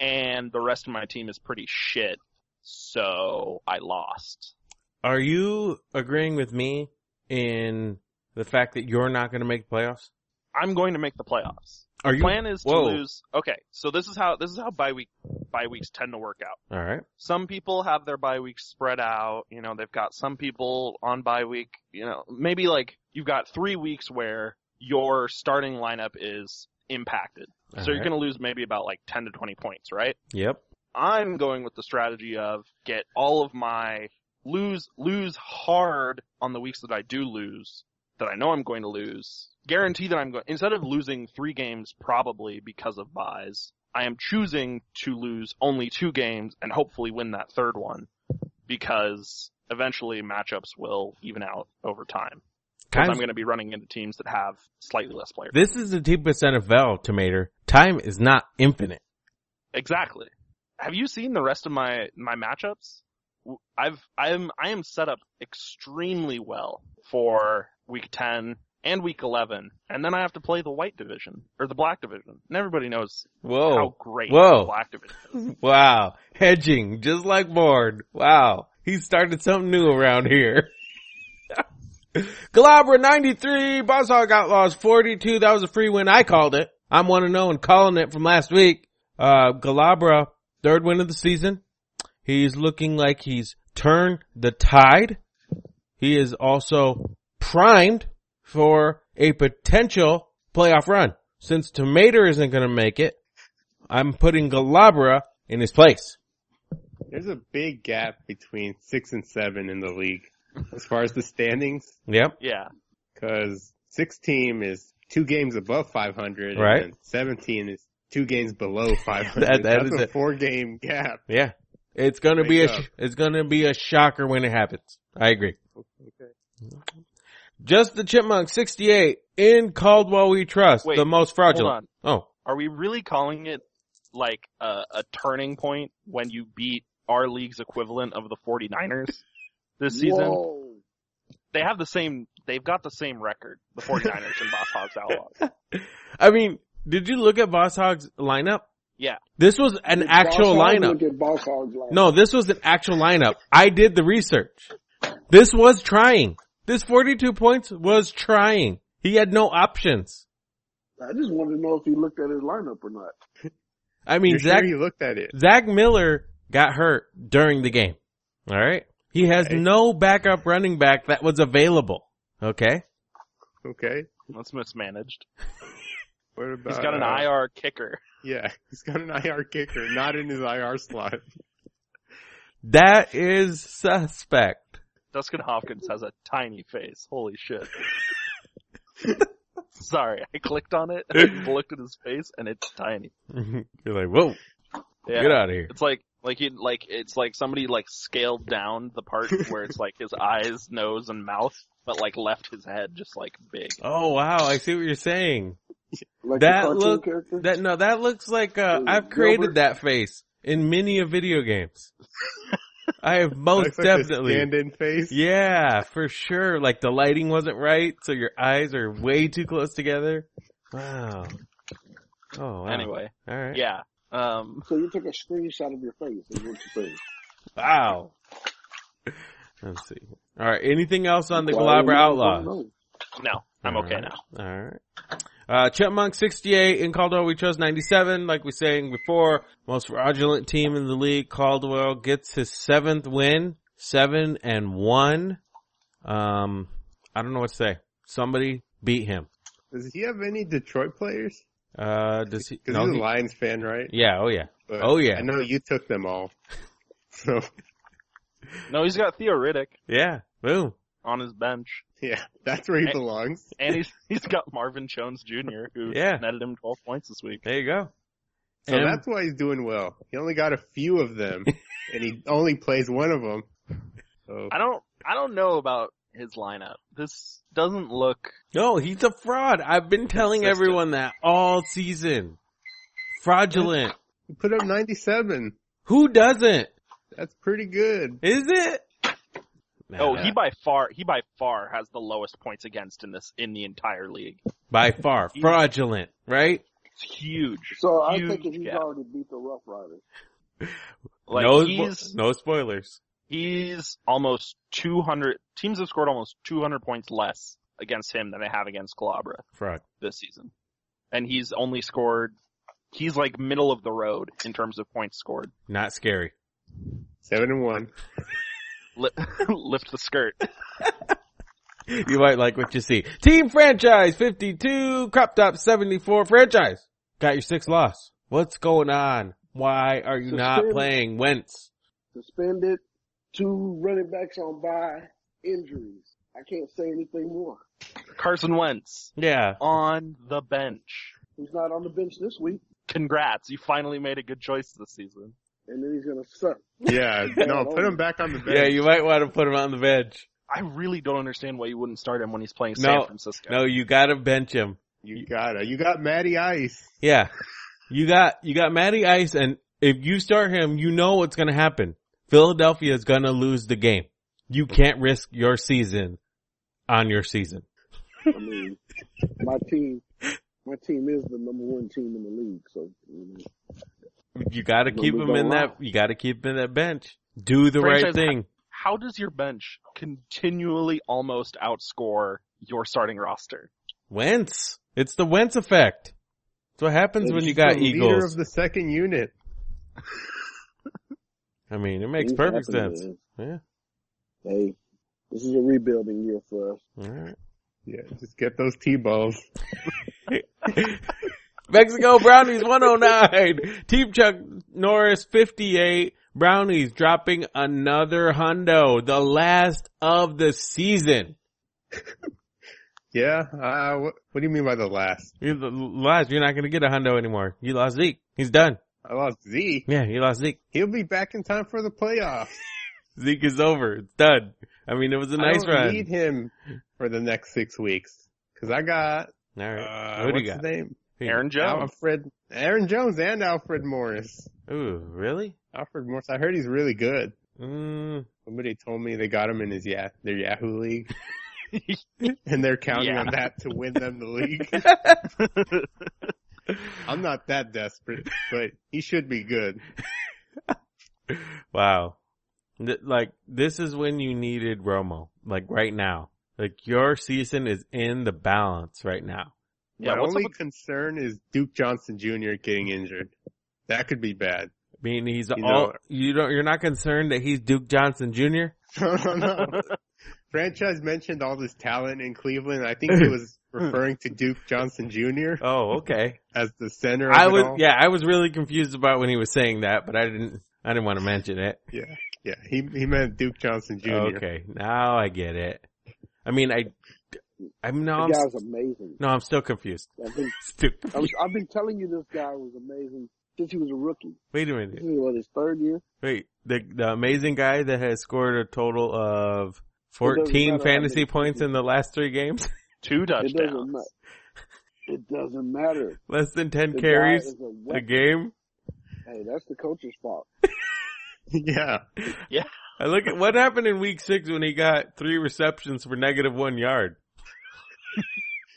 S2: and the rest of my team is pretty shit. So I lost.
S1: Are you agreeing with me in the fact that you're not gonna make playoffs?
S2: I'm going to make the playoffs.
S1: Are you?
S2: plan is to
S1: Whoa.
S2: lose. Okay, so this is how this is how bye week bye weeks tend to work out.
S1: All right.
S2: Some people have their bye weeks spread out. You know, they've got some people on bye week. You know, maybe like you've got three weeks where your starting lineup is impacted, so you're
S1: Alright.
S2: going to lose maybe about like ten to twenty points, right?
S1: Yep.
S2: I'm going with the strategy of get all of my lose lose hard on the weeks that I do lose that I know I'm going to lose. Guarantee that I'm going instead of losing 3 games probably because of buys, I am choosing to lose only 2 games and hopefully win that third one because eventually matchups will even out over time. Cuz
S1: Times-
S2: I'm going to be running into teams that have slightly less players.
S1: This is the deepest NFL, Tomato. Time is not infinite.
S2: Exactly. Have you seen the rest of my my matchups? W- I've I'm I am set up extremely well for week 10 and week 11, and then I have to play the white division or the black division. And everybody knows how
S1: Whoa.
S2: great
S1: Oh, Whoa.
S2: the black division is.
S1: Wow. Hedging, just like Bard. Wow. He started something new around here. Globber 93, Buzzhog Outlaws 42. That was a free win. I called it. I'm 1-0 and calling it from last week. Uh, Galabra, third win of the season. He's looking like he's turned the tide. He is also primed for a potential playoff run. Since Tomater isn't going to make it, I'm putting Galabra in his place.
S3: There's a big gap between six and seven in the league as far as the standings.
S1: Yep.
S2: Yeah.
S3: because six team is two games above 500,
S1: Right.
S3: And seventeen is two games below 500.
S1: That- that
S3: That's
S1: is
S3: a
S1: it.
S3: four game gap.
S1: Yeah. It's gonna be a,
S3: Wake up.
S1: it's gonna be a shocker when it happens. I agree. Just the Chipmunk 68 in Caldwell We Trust,
S2: Wait,
S1: the most fraudulent. Oh.
S2: Are we really calling it like a, a turning point when you beat our league's equivalent of the 49ers this season.
S5: Whoa.
S2: They have the same, they've got the same record, the 49ers and Boss Hogs Outlaws.
S1: I mean, did you look at Boss Hog's lineup?
S2: Yeah.
S1: This was an
S5: Look at
S1: actual
S5: Boss Hogg,
S1: lineup.
S5: look at Boss Hogg's lineup.
S1: No, this was an actual lineup. I did the research. This was trying. This 42 points was trying. He had no options.
S5: I just wanted to know if he looked at his lineup or not.
S1: I mean,
S3: You're
S1: Zach,
S3: sure he looked at it.
S1: Zach Miller got hurt during the game. All right. He has
S3: Okay.
S1: no backup running back that was available. Okay.
S3: Okay.
S2: That's mismanaged.
S3: What about?
S2: He's got an
S3: uh,
S2: IR kicker.
S3: Yeah, he's got an IR kicker, not in his IR slot.
S1: That is suspect.
S2: Dustin Hopkins has a tiny face. Holy shit. Sorry, I clicked on it and looked at his face and it's tiny.
S1: You're like, whoa,
S2: Yeah.
S1: get out of here.
S2: It's like like he like it's like somebody like scaled down the part where it's like his eyes, nose, and mouth, but like left his head just like big.
S1: Oh wow, I see what you're saying.
S5: Like
S1: That
S5: the cartoon
S1: look-
S5: character.
S1: That no, that looks like uh,
S5: Ooh,
S1: I've created
S5: Gilbert.
S1: that face in many a video games. I have most
S3: Looks like the
S1: definitely.
S3: stand-in face.
S1: Yeah, for sure. Like the lighting wasn't right, so your eyes are way too close together. Wow. Oh, wow.
S2: Anyway,
S1: all right.
S2: yeah. Um,
S5: so you took a screenshot of your face. Is what you're saying.
S1: Wow. Let's see. All right. Anything else on the
S5: Why
S1: Globber
S5: would you
S1: Outlaws?
S5: wanna know?
S2: no, I'm
S1: All
S2: okay
S1: right.
S2: now.
S1: All right. Uh, Chipmunk 68 in Caldwell. We chose 97. Like we saying before, most fraudulent team in the league. Caldwell gets his seventh win, seven and one. Um, I don't know what to say. Somebody beat him.
S3: Does he have any Detroit players?
S1: Uh, does he?
S3: Because
S1: No,
S3: he's a
S1: he-
S3: Lions fan, right?
S1: yeah. Oh yeah.
S3: But
S1: Oh, yeah.
S3: I know you took them all. So
S2: No, he's got Theoretic
S1: Yeah. Boom.
S2: on his bench,
S3: yeah, that's where he
S2: Hey.
S3: belongs.
S2: and he's he's got Marvin Jones Jr. who
S1: Yeah.
S2: netted him 12 points this week.
S1: There you go.
S3: So
S1: And-
S3: that's why he's doing well. He only got a few of them, and he only plays one of them. So
S2: I don't I don't know about his lineup. This doesn't look
S1: No, he's a fraud. I've been telling
S2: Consistent.
S1: everyone that all season. Fraudulent.
S3: he put up 97.
S1: Who doesn't?
S3: That's pretty good.
S1: Is it?
S2: Oh,
S1: Nah.
S2: he by far he by far has the lowest points against in this in the entire league.
S1: by far
S2: He-
S1: fraudulent, right?
S2: It's huge.
S5: So I
S2: Huge
S5: think that he's
S2: gap.
S5: already beat the Rough Riders.
S2: Like
S1: no, spo-
S2: he's
S1: no spoilers.
S2: he's almost 200 teams have scored almost 200 points less against him than they have against Calabra
S1: Fraud.
S2: this season. And he's only scored he's like middle of the road in terms of points scored.
S1: Not scary.
S3: Seven and one.
S2: Li- lift the skirt.
S1: You might like what you see. Team franchise 52, crop top 74 franchise. Got your sixth loss. What's going on? Why are you not
S5: Suspended.
S1: playing Wentz?
S5: Suspended, two running backs on bye, injuries. I can't say anything more.
S2: Carson Wentz
S1: Yeah.
S2: on the bench.
S5: He's not on the bench this week,
S2: Congrats, you finally made a good choice this season.
S5: and then he's gonna suck.
S3: Yeah, no, put him back on the bench.
S1: Yeah, you might want to put him on the bench.
S2: I really don't understand why you wouldn't start him when he's playing
S1: No,
S2: San Francisco.
S1: No, you gotta bench him.
S3: You gotta. You got Matty Ice.
S1: Yeah. You got, you got Matty Ice and if you start him, you know what's gonna happen. Philadelphia is gonna lose the game. You can't risk your season on your season.
S5: I mean, my team, my team is the number one team in the league. So you know,
S1: You gotta keep
S5: Numbers
S1: him in
S5: don't
S1: that,
S5: lie.
S1: you gotta keep him in that bench. Do the right
S2: Franchise-
S1: thing.
S2: How does your bench continually almost outscore your starting roster?
S1: Wentz. It's the Wentz effect. That's what happens
S5: Yeah,
S1: when you
S5: he's
S1: got
S3: The Leader
S1: Eagles.
S3: of the second unit.
S1: I mean, it makes
S5: things
S1: perfect
S5: happen,
S1: sense.
S5: man. Hey, this is a rebuilding year for us.
S1: Alright.
S3: Yeah, just get those T balls.
S1: Mexico Brownies 109. Team Chuck Norris 58. Brownies dropping another hundo. The last of the season.
S3: Yeah. Uh, what, what do you mean by the last?
S1: You lost. You're not going to get a hundo anymore. You lost Zeke. He's done.
S3: I lost Z.
S1: Yeah, you lost Zeke.
S3: He'll be back in time for the playoffs.
S1: Zeke is over. It's done. I mean, it was a nice
S3: I don't
S1: run.
S3: need him for the next six weeks because I got
S1: All right.
S3: uh,
S1: Who
S3: what's
S1: do you
S3: his
S1: got?
S3: name?
S1: Who you
S2: Aaron Jones.
S3: Alfred, Aaron Jones, and Alfred Morris.
S1: got? Ooh, really?
S3: Alfred Morris. I heard he's really good.
S1: Mm,
S3: Somebody told me they got him in his yeah their Yahoo league, and they're counting
S2: Yeah.
S3: on that to win them the league. I'm not that desperate, but he should be good.
S1: wow. Th- like this is when you needed Romo. Like right now. Like your season is in the balance right now.
S2: Yeah,
S3: My
S2: what's up
S3: only
S2: with-
S3: concern is Duke Johnson Jr. getting injured. That could be bad.
S1: I mean, he's
S3: know-
S1: all you don't. You're not concerned that he's Duke Johnson Jr.
S3: No, no, no. Franchise mentioned all this talent in Cleveland. I think he was referring to Duke Johnson Jr.
S1: Oh, okay.
S3: as the center. Of
S1: I
S3: it
S1: was
S3: all.
S1: yeah. I was really confused about when he was saying that, but I didn't. I didn't want to mention it.
S3: yeah, yeah. He he meant Duke Johnson Jr.
S1: Okay, now I get it. I mean, I. I'm no.
S5: That
S1: I'm,
S5: guy's amazing.
S1: no, I'm still confused.
S5: I've been,
S1: Still,
S5: I was, I've been telling you this guy was amazing since he was a rookie.
S1: wait a minute.
S5: This is what his third year.
S1: Wait, the the amazing guy that has scored a total of
S5: doesn't
S1: fourteen
S5: matter how
S1: fantasy
S5: many-
S1: points in the last three games,
S2: two
S5: It doesn't matter.
S2: touchdowns.
S5: It doesn't matter.
S1: less than
S5: The
S1: ten
S5: guy
S1: carries
S5: is a
S1: a
S5: weapon.
S1: game.
S5: Hey, that's the coach's fault.
S3: Yeah,
S1: I look at what happened in week six when he got three receptions for negative one yard.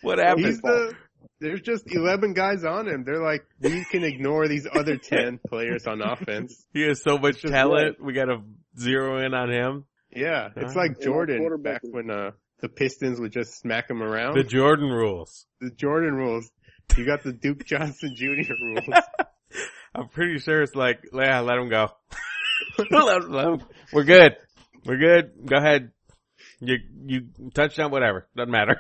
S1: what happened?
S3: he's the. There's just eleven guys on him. They're like, we can ignore these other ten players on offense.
S1: He has so much
S3: just
S1: talent. We got to zero in on him.
S3: Yeah, it's
S1: Right.
S3: like Jordan
S5: quarterback
S3: back
S5: is-
S3: when uh the Pistons would just smack him around.
S1: The Jordan rules.
S3: the Jordan rules. You got the Duke Johnson Jr. rules.
S1: I'm pretty sure it's like, yeah, let him go. Let- let him- We're good. We're good. Go ahead. You, you touchdown, whatever. Doesn't matter.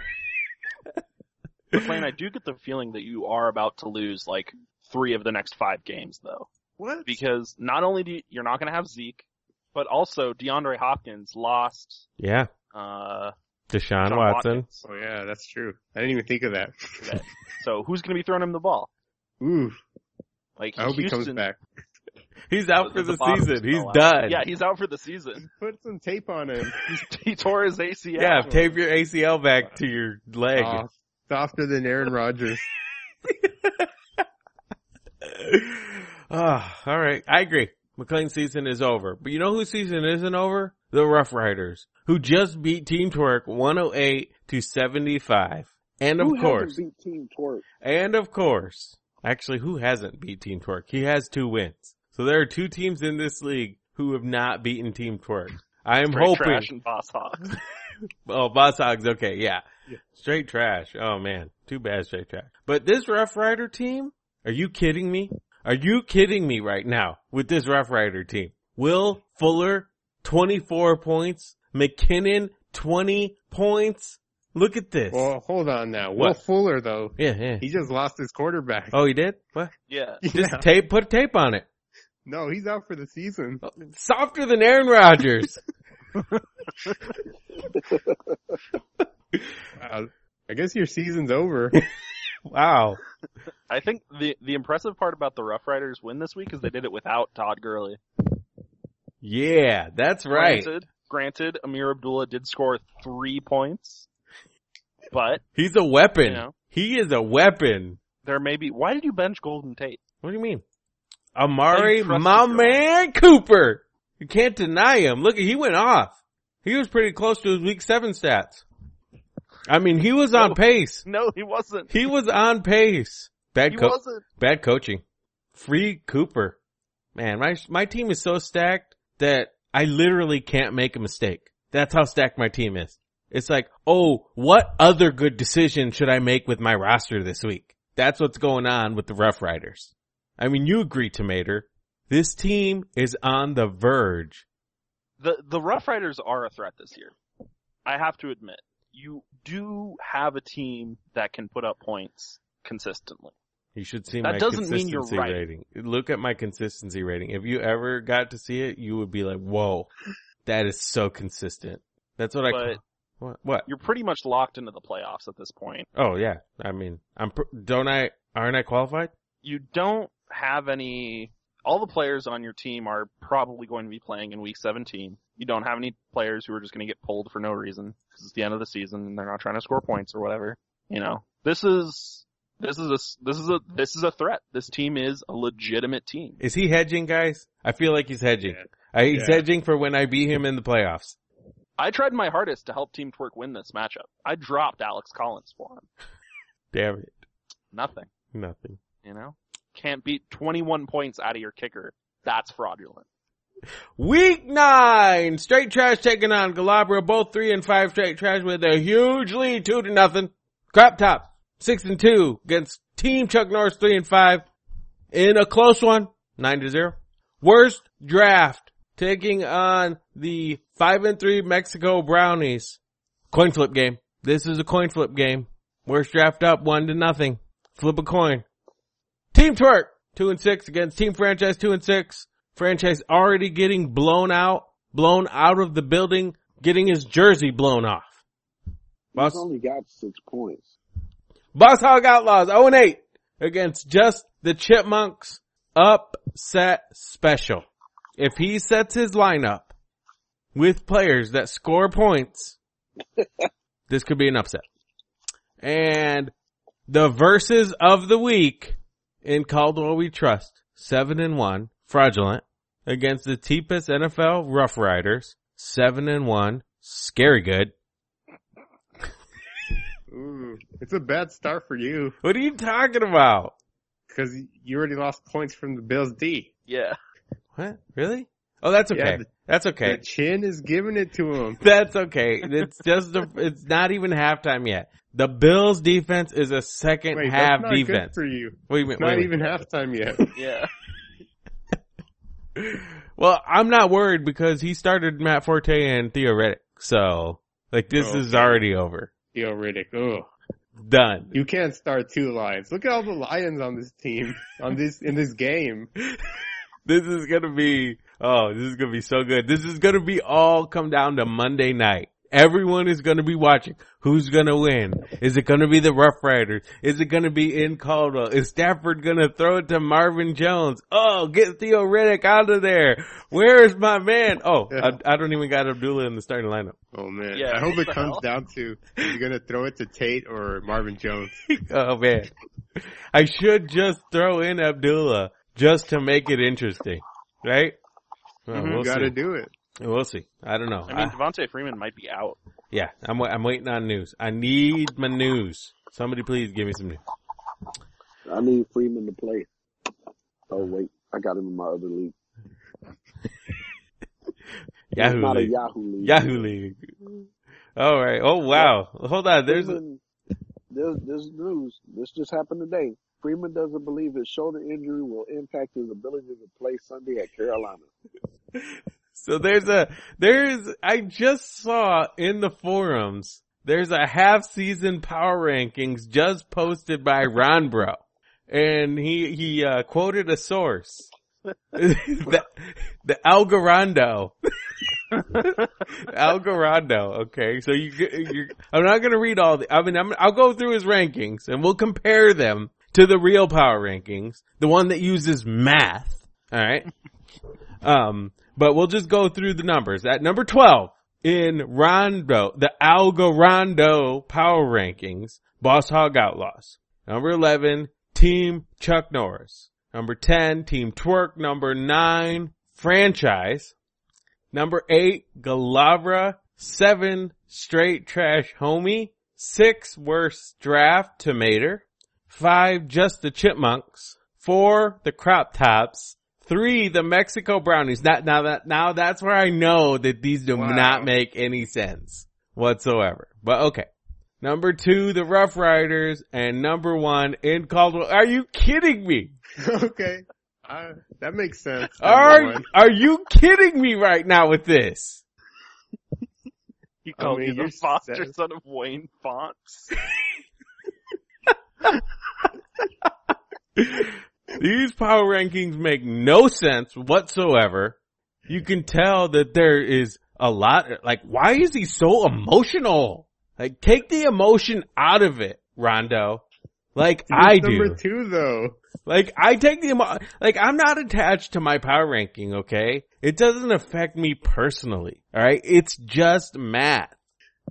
S2: McLean, I do get the feeling that you are about to lose like three of the next five games though.
S3: What?
S2: Because not only do you, you're not gonna have Zeke, but also DeAndre Hopkins lost
S1: Yeah.
S2: uh
S1: Deshaun
S2: John
S1: Watson.
S2: Watkins.
S3: Oh yeah, that's true. I didn't even think of that.
S2: So who's gonna be throwing him the ball?
S3: Ooh,
S2: Like
S3: I hope
S2: Houston,
S3: he comes back.
S1: He's out for
S2: the
S1: the,
S2: bottom's
S1: season. He's
S2: fell out.
S1: done.
S2: Yeah, he's out for the season.
S3: Put some tape on him.
S2: he tore his ACL.
S1: Yeah, Oh, tape your ACL back to your leg.
S3: Aw, softer than Aaron Rodgers.
S1: Ah, all right. I agree. McLean's season is over. But you know whose season isn't over? The Rough Riders, who just beat Team Twerk 108 to 75. And of
S5: Who
S1: course,
S5: hasn't beat Team Twerk?
S1: and of course, actually who hasn't beat Team Twerk? He has two wins. So there are two teams in this league who have not beaten Team Twerk. I am
S2: Straight
S1: hoping.
S2: trash and boss hawks.
S1: Oh, Boss Hogs. Okay, yeah. Straight trash. Oh man, too bad straight trash. But this Rough Rider team? Are you kidding me? Are you kidding me right now with this Rough Rider team? Will Fuller, 24 points. McKinnon, 20 points. Look at this.
S3: Well, hold on now. Will
S1: What?
S3: Fuller though,
S1: yeah, yeah.
S3: he just lost his quarterback.
S1: Oh, he did? What?
S2: Yeah.
S1: Just
S3: Yeah.
S1: tape, put tape on it.
S3: no, he's out for the season.
S1: Oh. Softer than Aaron Rodgers.
S3: Wow. Uh, I guess your season's over.
S1: wow.
S2: I think the the impressive part about the Rough Riders win this week is they did it without Todd Gurley.
S1: Yeah, that's right.
S2: Granted, granted Amir Abdullah did score three points, but
S1: He's a weapon.
S2: You know.
S1: He is a weapon.
S2: there may be. Why did you bench Golden Tate?
S1: What do you mean? Amari,
S2: you trusted
S1: my
S2: Joe.
S1: man Cooper. You can't deny him. Look, he went off. He was pretty close to his week seven stats. I mean, he was on
S2: No.
S1: pace.
S2: No, he wasn't.
S1: He was on pace. Bad
S2: He
S1: coach.
S2: wasn't.
S1: Bad coaching. Free Cooper. Man, my, my team is so stacked that I literally can't make a mistake. That's how stacked my team is. It's like, oh, what other good decision should I make with my roster this week? That's what's going on with the Rough Riders. I mean, you agree, Tomater. This team is on the verge.
S2: The the Rough Riders are a threat this year. I have to admit, you do have a team that can put up points consistently.
S1: You should see
S2: That
S1: my
S2: doesn't mean
S1: consistency
S2: you're right.
S1: rating. Look at my consistency rating. If you ever got to see it, you would be like, whoa, that is so consistent. That's what I call
S2: But-
S1: What? What?
S2: You're pretty much locked into the playoffs at this point.
S1: Oh yeah. I mean, I'm pr- don't I aren't I qualified?
S2: You don't have any. All the players on your team are probably going to be playing in week 17. You don't have any players who are just going to get pulled for no reason because it's the end of the season and they're not trying to score points or whatever. You know, this is This is a s- this is a this is a threat. This team is a legitimate team.
S1: Is he hedging, guys? I feel like he's hedging.
S3: Yeah.
S1: I, he's
S3: Yeah.
S1: hedging for when I beat him in the playoffs.
S2: I tried my hardest to help Team Twerk win this matchup. I dropped Alex Collins for him.
S1: Damn it.
S2: Nothing.
S1: Nothing.
S2: You know, can't beat 21 points out of your kicker. That's fraudulent.
S1: Week nine, straight trash taking on Galabra, both three and five straight trash with a huge lead, two to nothing. Crop top, six and two against team Chuck Norris, three and five in a close one, nine to zero. Worst draft taking on the five and three Mexico Brownies. Coin flip game. This is a coin flip game. Worst draft up, one to nothing. Flip a coin. Team Twerk, two and six against Team Franchise, two and six. Franchise already getting blown out, blown out of the building, getting his jersey blown off.
S5: He's
S1: Boss,
S5: only got six points.
S1: Boss Hog Outlaws, 0 and 8 against just the Chipmunks upset special. If he sets his lineup with players that score points, this could be an upset. And the verses of the week in Caldwell We Trust, 7 and 1, fraudulent, against the Teepus NFL Rough Riders, 7 and 1, scary good.
S3: Ooh, it's a bad start for you
S1: What are you talking about?
S3: because you already lost points from the Bills D.
S2: Yeah.
S1: What? Really? Oh, that's okay.
S3: Yeah, the-
S1: that's okay.
S3: The chin is giving it to him.
S1: that's okay. It's just a, it's not even halftime yet. The Bills defense is a second
S3: Wait,
S1: half
S3: that's not good
S1: defense.
S3: for you.
S1: What do you mean?
S3: It's
S1: Wait a
S3: not
S1: minute.
S3: even halftime yet.
S2: Yeah.
S1: Well, I'm not worried because he started Matt Forte and Theo Reddick. So, like this
S3: Oh,
S1: is
S3: okay.
S1: already over.
S3: Yo, Riddick. Oh,
S1: Done.
S3: you can't start two lions. Look at all the lions on this team, on this in this game.
S1: This is gonna be, oh, this is gonna be so good. This is gonna be all come down to Monday night. Everyone is gonna be watching. Who's gonna win? Is it gonna be the Rough Riders? Is it gonna be in Caldwell? Is Stafford gonna throw it to Marvin Jones? Oh, get Theo Riddick out of there. Where is my man? Oh, I, I don't even got Abdullah in the starting lineup.
S3: Oh man,
S2: Yeah,
S3: I hope
S2: what
S3: it
S2: the
S3: comes
S2: hell?
S3: down to you're gonna throw it to Tate or Marvin Jones.
S1: Oh man. I should just throw in Abdullah just to make it interesting. Right? Well,
S2: Mhm.
S1: we'll
S3: you Mm-hmm. gotta
S1: see.
S3: do it.
S1: We'll see. I don't know.
S2: I
S3: Ah.
S2: mean,
S1: I-
S2: Devontae Freeman might be out.
S1: Yeah, I'm wa- I'm waiting on news. I need my news. Somebody please give me some news.
S5: I need Freeman to play. Oh wait, I got him in my other league. It's
S1: Yahoo
S5: not
S1: League.
S5: a Yahoo league.
S1: Yahoo League. All right. Oh wow. Hold on. There's a,
S5: Freeman, there's there's news. This just happened today. Freeman doesn't believe his shoulder injury will impact his ability to play Sunday at Carolina.
S1: so there's a there's I just saw in the forums there's a half season power rankings just posted by Ron Bro, and he he uh, quoted a source. the, the Algorando. Algorando. Okay, so you, you I'm not gonna read all the. I mean, I'm, I'll go through his rankings and we'll compare them to the real power rankings, the one that uses math. All right. um, but we'll just go through the numbers. At number twelve in Rondo, the Algorando power rankings, Boss Hog Outlaws. Number eleven, Team Chuck Norris. Number ten, Team Twerk. Number nine, Franchise. Number eight, Galabra. Seven, Straight Trash Homie. Six, Worst Draft Tomater. Five, Just the Chipmunks. Four, The Crop Tops. Three, The Mexico Brownies. Now, now that, now that's where I know that these do
S3: Wow.
S1: not make any sense whatsoever. But okay. Number two, The Rough Riders. And number one, in Caldwell. Are you kidding me?
S3: okay, I, that makes sense.
S1: Are,
S3: everyone.
S1: are you kidding me right now with this?
S2: He
S3: I
S2: called
S3: mean,
S2: me the
S3: you're
S2: foster
S3: set.
S2: son of Wayne Fox.
S1: These power rankings make no sense whatsoever. You can tell that there is a lot, like, why is he so emotional? Like, take the emotion out of it, Rondo. Like
S3: You're
S1: I do.
S3: number two though.
S1: Like I take the emo- like I'm not attached to my power ranking, okay? It doesn't affect me personally, all right? It's just math.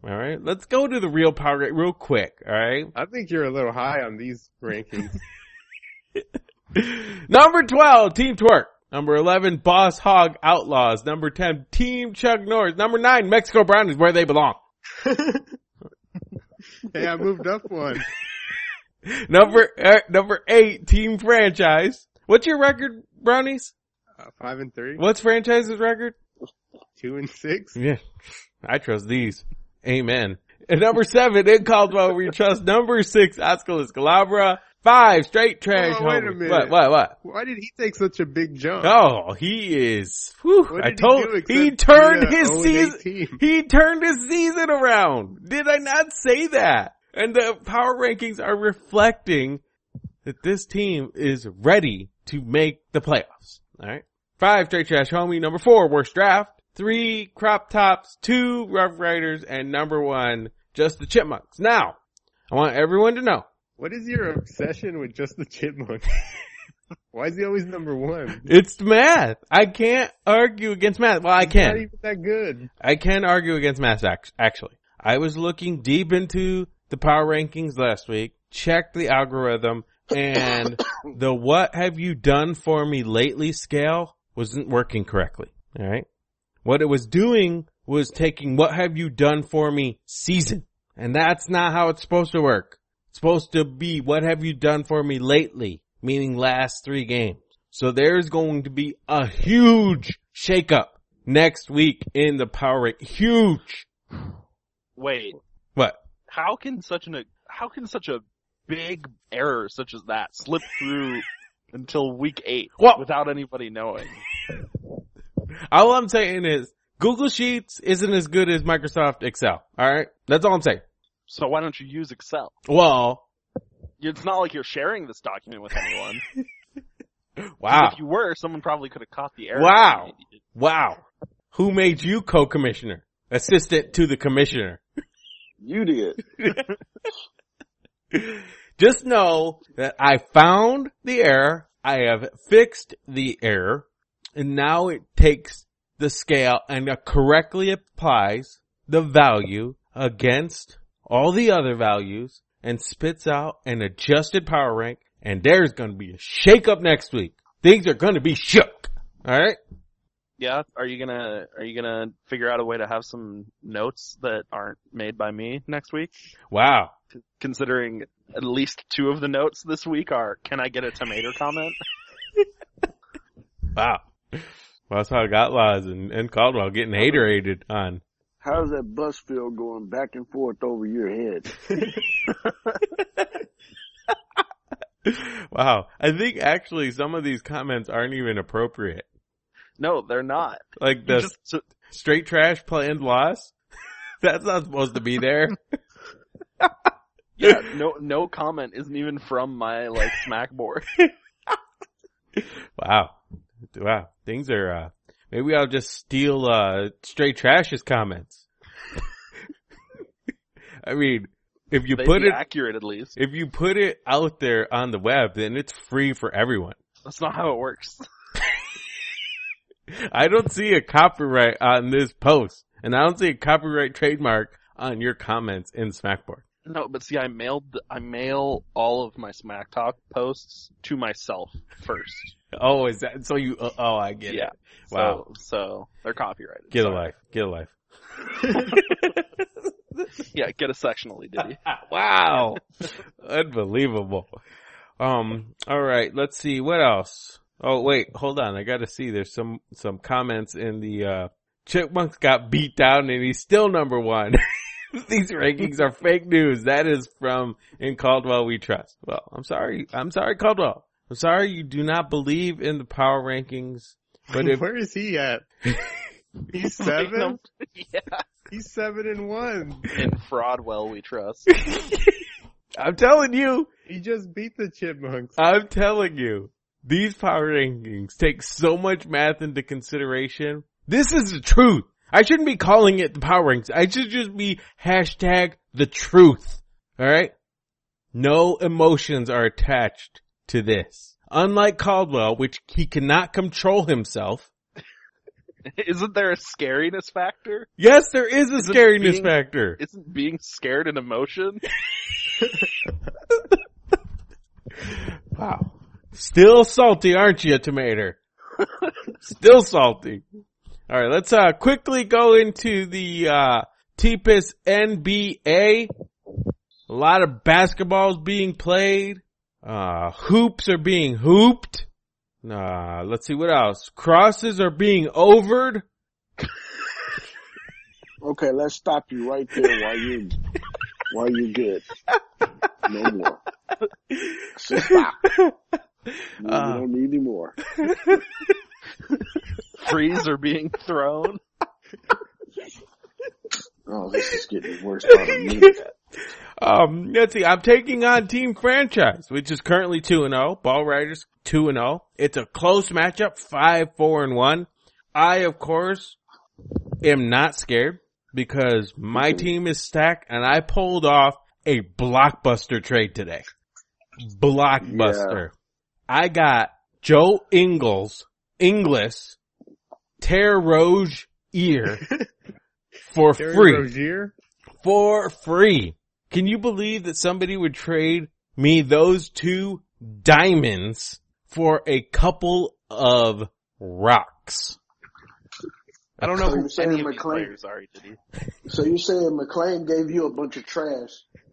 S1: All right. Let's go to the real power rate real quick. All right.
S3: I think you're a little high on these rankings.
S1: Number 12, Team Twerk. Number 11, Boss Hog Outlaws. Number 10, Team Chuck Norris. Number 9, Mexico Brown is where they belong.
S3: hey, I moved up one.
S1: Number, er, number 8, Team Franchise. What's your record, Brownies?
S3: Uh, five and three,
S1: What's Franchise's record?
S3: two and six.
S1: Yeah. I trust these. Amen. And number 7, in Caldwell we trust. Number 6, Oscar Calabra. 5, Straight Trash.
S3: Hold on, wait a
S1: Homies.
S3: minute.
S1: What, what, what?
S3: Why did he take such a big jump?
S1: Oh, he is. Whew,
S3: What
S1: I
S3: did
S1: told
S3: do except
S1: he
S3: be,
S1: turned
S3: uh,
S1: his
S3: 0 and
S1: season.
S3: 18?
S1: He turned his season around. Did I not say that? And the power rankings are reflecting that this team is ready to make the playoffs. All right. Five straight trash homie. Number four, worst draft. Three crop tops. Two rough riders, and number one, just the chipmunks. Now, I want everyone to know
S3: What is your obsession with just the chipmunk? Why is he always number one?
S1: it's math. I can't argue against math. Well, I
S3: He's Not
S1: can.
S3: even that good.
S1: I can argue against math act- actually. I was looking deep into the power rankings last week, checked the algorithm, and the what have you done for me lately scale wasn't working correctly. Alright? What it was doing was taking what have you done for me season. And that's not how it's supposed to work. It's supposed to be what have you done for me lately, meaning last three games. So there's going to be a huge shakeup next week in the power rate. Huge.
S2: Wait,
S1: What?
S2: how can such an how can such a big error such as that slip through until week eight
S1: Well-
S2: without anybody knowing?
S1: All I'm saying is Google Sheets isn't as good as Microsoft Excel. All right. That's all I'm saying.
S2: So why don't you use Excel?
S1: Well,
S2: It's not like you're sharing this document with anyone. 'Cause
S1: wow.
S2: If you were, someone probably could have caught the error.
S1: Wow. Wow. Who made you co-commissioner? Assistant to the commissioner.
S5: You did.
S1: Just know that I found the error. I have fixed the error and now it takes the scale and it correctly applies the value against all the other values and spits out an adjusted power rank. And there's going to be a shake up next week. Things are going to be shook. All right.
S2: Yeah. Are you gonna Are you gonna figure out a way to have some notes that aren't made by me next week?
S1: Wow.
S2: Considering at least two of the notes this week are, "Can I get a tomato?" comment.
S1: Wow. Well, that's how I got laws and, and Caldwell getting haterated on.
S5: How's that bus field going back and forth over your head?
S1: Wow. I think actually some of these comments aren't even appropriate.
S2: No, they're not.
S1: Like
S2: You
S1: the
S2: just so-
S1: straight trash planned loss. That's not supposed to be there.
S2: yeah, no, no comment isn't even from my like smack board.
S1: Wow. Wow. Things are, uh, maybe I'll just steal, uh, straight trash's comments. I mean, if you
S2: They'd
S1: put
S2: be
S1: it,
S2: accurate at least.
S1: if you put it out there on the web, then it's free for everyone.
S2: That's not how it works.
S1: I don't see a copyright on this post and I don't see a copyright trademark on your comments in Smackboard.
S2: No, but see, I mailed I mail all of my smack talk posts to myself first.
S1: Oh, is that, so you, oh, I get
S2: yeah.
S1: it. Wow.
S2: So, so they're copyrighted.
S1: Get a
S2: Sorry.
S1: life. Get a life.
S2: Yeah, get a sectionally, did you?
S1: wow. Unbelievable. Um, all right. Let's see. What else? Oh, wait. Hold on. I got to see. There's some, some comments in the, uh, Chipmunks got beat down and he's still number one. These rankings are fake news. That is from in Caldwell We Trust. Well, I'm sorry. I'm sorry, Caldwell. I'm sorry you do not believe in the power rankings, but if
S3: Where is he at? He's seven.
S2: yeah.
S3: He's seven and one.
S2: In Fraudwell, we trust.
S1: I'm telling you,
S3: He just beat the chipmunks.
S1: I'm telling you, these power rankings take so much math into consideration. This is the truth. I shouldn't be calling it the power rankings. I should just be hashtag the truth. Alright? No emotions are attached to this. Unlike Caldwell, which he cannot control himself,
S2: Isn't there a scariness factor?
S1: Yes, there is a
S2: Isn't
S1: scariness
S2: being-
S1: factor.
S2: Isn't being scared an emotion?
S1: Wow. Still salty, aren't you, tomato? Still salty. All right, let's uh quickly go into the uh T-Piss NBA. A lot of basketballs being played. Uh hoops are being hooped. Uh let's see what else. Crosses are being overed.
S5: Okay, let's stop you right there while you while you good. No more. So stop. We
S1: Uh.
S5: don't need any more.
S2: Trees are being thrown.
S5: Oh, this is getting worse by the minute.
S1: Um, let's see. I'm taking on Team Franchise, which is currently 2 and 0. Ball Riders 2 and 0. It's a close matchup, 5 4 and 1. I, of course, am not scared because my team is stacked and I pulled off a blockbuster trade today. Blockbuster. I got Joe Ingles, Inglis, Terre Rouge Ear for
S3: Terry
S1: free
S3: Rozier?
S1: for free. Can you believe that somebody would trade me those two diamonds for a couple of rocks?
S2: I don't know
S5: So
S2: who
S5: you're saying
S2: any of these
S5: McLean-
S2: players are. Did he?
S5: So you're saying McLean gave you a bunch of trash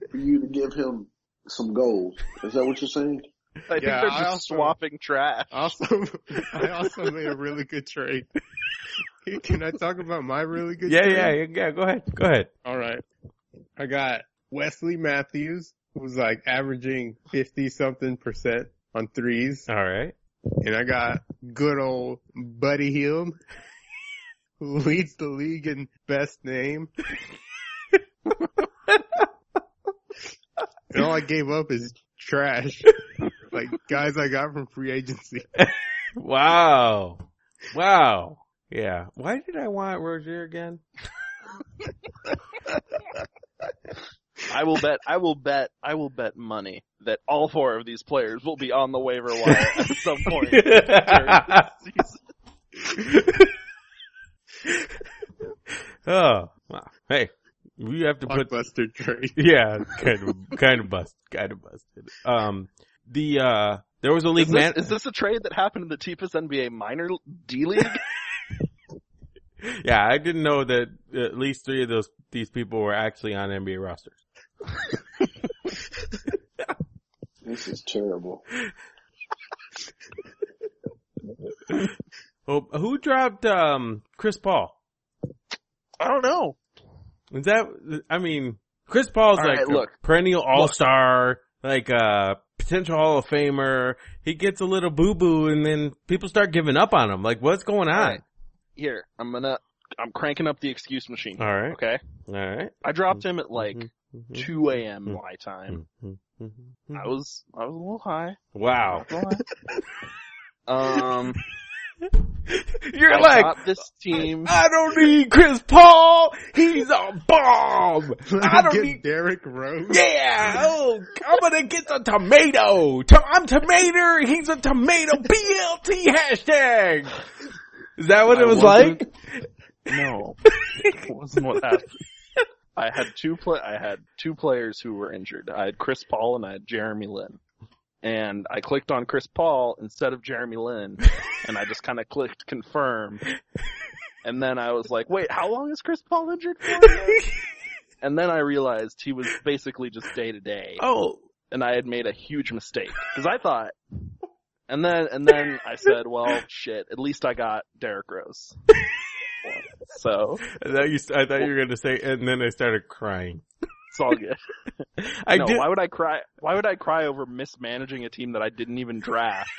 S5: for you to give him some gold? Is that what you're saying?
S2: I think
S3: Yeah,
S2: they're
S3: I
S2: just
S3: also-
S2: swapping trash.
S3: Also, I also made a really good trade. Can I talk about my really good
S1: Yeah,
S3: trade?
S1: yeah, yeah, yeah. Go ahead. Go ahead.
S3: All right. I got Wesley Matthews, who's like averaging 50 something percent on threes.
S1: All right.
S3: And I got good old Buddy Hill, who leads the league in best name. and all I gave up is trash. like guys I got from free agency.
S1: Wow. Wow. Yeah. Why did I want Rozier again?
S2: I will bet. I will bet. I will bet money that all four of these players will be on the waiver wire at some point. during this season.
S1: oh, wow. Hey, we have to put
S3: Blockbuster trade.
S1: Yeah, kind of, kind of bust, kind of busted. Um, the uh, there was a league
S2: Is this,
S1: man.
S2: is this a trade that happened in the cheapest NBA minor D league?
S1: yeah, I didn't know that at least three of those these people were actually on NBA rosters.
S5: This is terrible.
S1: Well, who dropped um Chris Paul?
S2: I don't know.
S1: Is that? I mean, Chris Paul's
S2: All
S1: like
S2: right,
S1: a
S2: look.
S1: perennial All Star, like uh potential Hall of Famer. He gets a little boo boo, and then people start giving up on him. Like, what's going
S2: All
S1: on?
S2: right. Here, I'm gonna. I'm cranking up the excuse machine.
S1: All right,
S2: Okay,
S1: all right.
S2: I dropped him at like
S1: Mhm, mhm,
S2: 2 a.m.
S1: Mhm.
S2: my time.
S1: mhm, mhm, mhm.
S2: I was I was a little high.
S1: Wow.
S2: Um,
S1: You're
S2: I
S1: like,
S2: got this team.
S1: I don't need Chris Paul. He's a bomb. I don't
S3: get
S1: need.
S3: Derrick Rose.
S1: Yeah. Oh, I'm gonna get the tomato. To- I'm tomato. He's a tomato. BLT hashtag. Is that what
S2: I
S1: it was
S2: wasn't-
S1: like?
S2: No, it wasn't what happened. I had two play. I had two players who were injured. I had Chris Paul and I had Jeremy Lin. And I clicked on Chris Paul instead of Jeremy Lin, and I just kind of clicked confirm. And then I was like, "Wait, how long is Chris Paul injured for?" again? and then I realized he was basically just day to day,
S1: Oh,
S2: and I had made a huge mistake because I thought. And then and then I said, "Well, shit. At least I got Derrick Rose." so
S1: I thought you, I thought you were gonna say, and then I started crying.
S2: It's all good.
S1: I
S2: no,
S1: did.
S2: why would I cry? Why would I cry over mismanaging a team that I didn't even draft,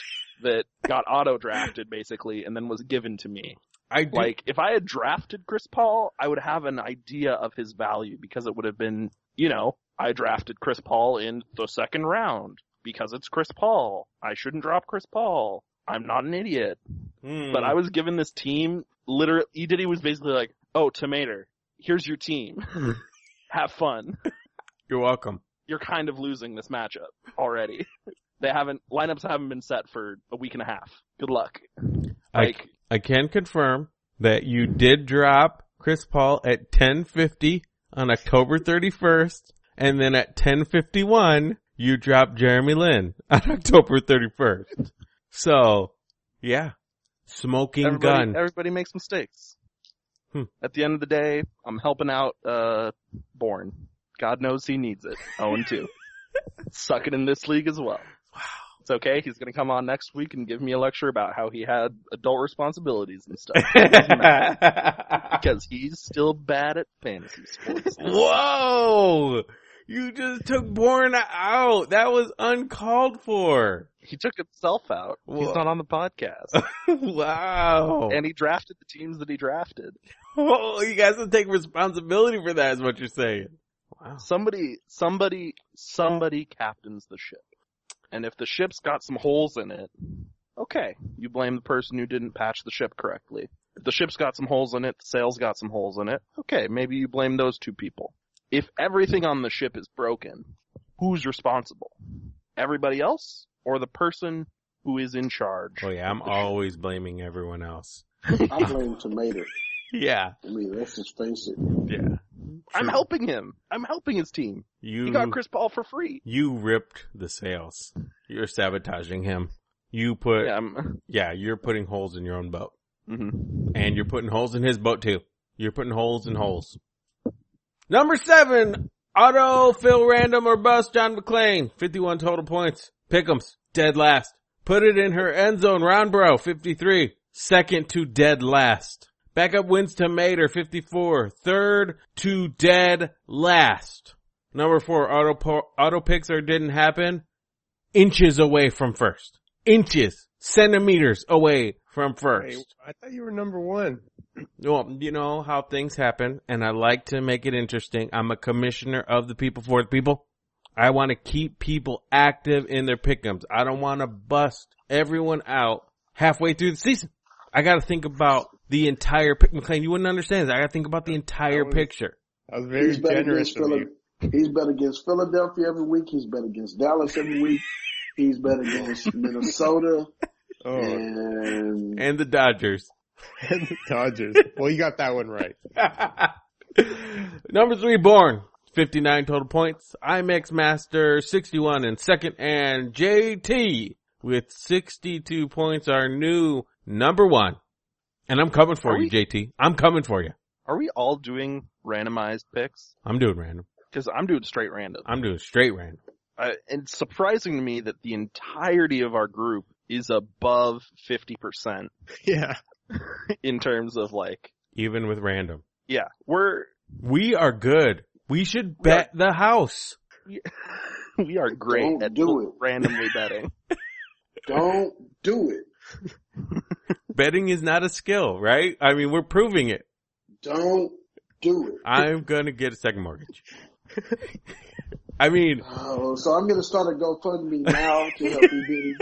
S2: that got auto drafted basically, and then was given to me?
S1: I did,
S2: Like, if I had drafted Chris Paul, I would have an idea of his value because it would have been, you know, I drafted Chris Paul in the second round because it's Chris Paul. I shouldn't drop Chris Paul. I'm not an idiot.
S1: Hmm.
S2: But I was given this team. Literally, Diddy was basically like, "Oh, Tomater, here's your team. have fun."
S1: You're welcome.
S2: you're kind of losing this matchup already. they haven't lineups haven't been set for a week and a half. Good luck.
S1: I-
S2: Like
S1: I can confirm that you did drop Chris Paul at 1050 on October 31st, and then at 1051, you dropped Jeremy Lin on October 31st. So, yeah. Smoking
S2: everybody,
S1: gun.
S2: everybody makes mistakes.
S1: Hmm.
S2: At the end of the day, I'm helping out uh Born. God knows he needs it. 0 and 2. Suck it in this league as well. It's okay. He's going to come on next week and give me a lecture about how he had adult responsibilities and stuff. It doesn't matter, because he's still bad at fantasy sports.
S1: Whoa! You just took Born out. That was uncalled for.
S2: He took himself out.
S1: Whoa.
S2: He's not on the podcast.
S1: wow.
S2: and he drafted the teams that he drafted.
S1: oh, you guys have to take responsibility for that is what you're saying. Wow.
S2: Somebody, somebody, somebody captains the ship. And if the ship's got some holes in it, okay, you blame the person who didn't patch the ship correctly. If the ship's got some holes in it, the sail's got some holes in it, okay, maybe you blame those two people. If everything on the ship is broken, who's responsible? Everybody else or the person who is in charge?
S1: Oh yeah, I'm always blaming everyone else.
S5: I blame Tomato.
S1: Yeah.
S5: I mean, let's just face it.
S1: Yeah.
S2: I'm helping him. I'm helping his team. He
S1: You
S2: got Chris Paul for free.
S1: you ripped the sails. You're sabotaging him. You put
S2: Yeah,
S1: yeah.
S2: I'm,
S1: you're putting holes in your own boat.
S2: mhm.
S1: And you're putting holes in his boat too. You're putting holes in holes. Number seven, Otto, Phil Random or Bust, John McClain. 51 total points. Pick'ems, dead last. Put it in her end zone, Ron Bro, 53. Second to dead last. Backup wins to Mater, 54. Third to dead last. Number four, auto, po- auto picks or didn't happen. Inches away from first. Inches, centimeters away from first.
S3: Hey, I thought you were number one.
S1: Well, you know how things happen, and I like to make it interesting. I'm a commissioner of the people for the people. I want to keep people active in their pickums. I don't want to bust everyone out halfway through the season. I got to think about the entire pic. McLean, you wouldn't understand this. I got to think about the entire
S3: I was-
S1: picture.
S3: I was very
S5: he's better
S3: generous
S5: against
S3: of
S5: Philly.
S3: you.
S5: He's better against Philadelphia every week. He's better against Dallas every week. He's better against Minnesota
S3: Oh,
S5: and
S1: And the Dodgers.
S3: and the Dodgers. Well, you got that one right.
S1: Number three, Born. 59 total points. IMAX Master, 61 in second. And JT with 62 points, our new number one. And I'm coming for
S2: Are
S1: you,
S2: we-
S1: JT. I'm coming for you.
S2: Are we all doing randomized picks?
S1: I'm doing random.
S2: Because I'm doing straight random.
S1: I'm doing straight random.
S2: Uh, it's surprising to me that the entirety of our group is above 50%
S3: Yeah.
S2: in terms of like,
S1: Even with random.
S2: yeah, we're,
S1: We are good. We should bet the house.
S2: we are great
S5: Don't
S2: at
S5: do
S2: just
S5: it.
S2: randomly betting.
S5: don't do it.
S1: Betting is not a skill, right? I mean, we're proving it.
S5: Don't do it.
S1: I'm gonna get a second mortgage. I mean,
S5: Oh, so I'm gonna start a GoFundMe now to help you, Diddy.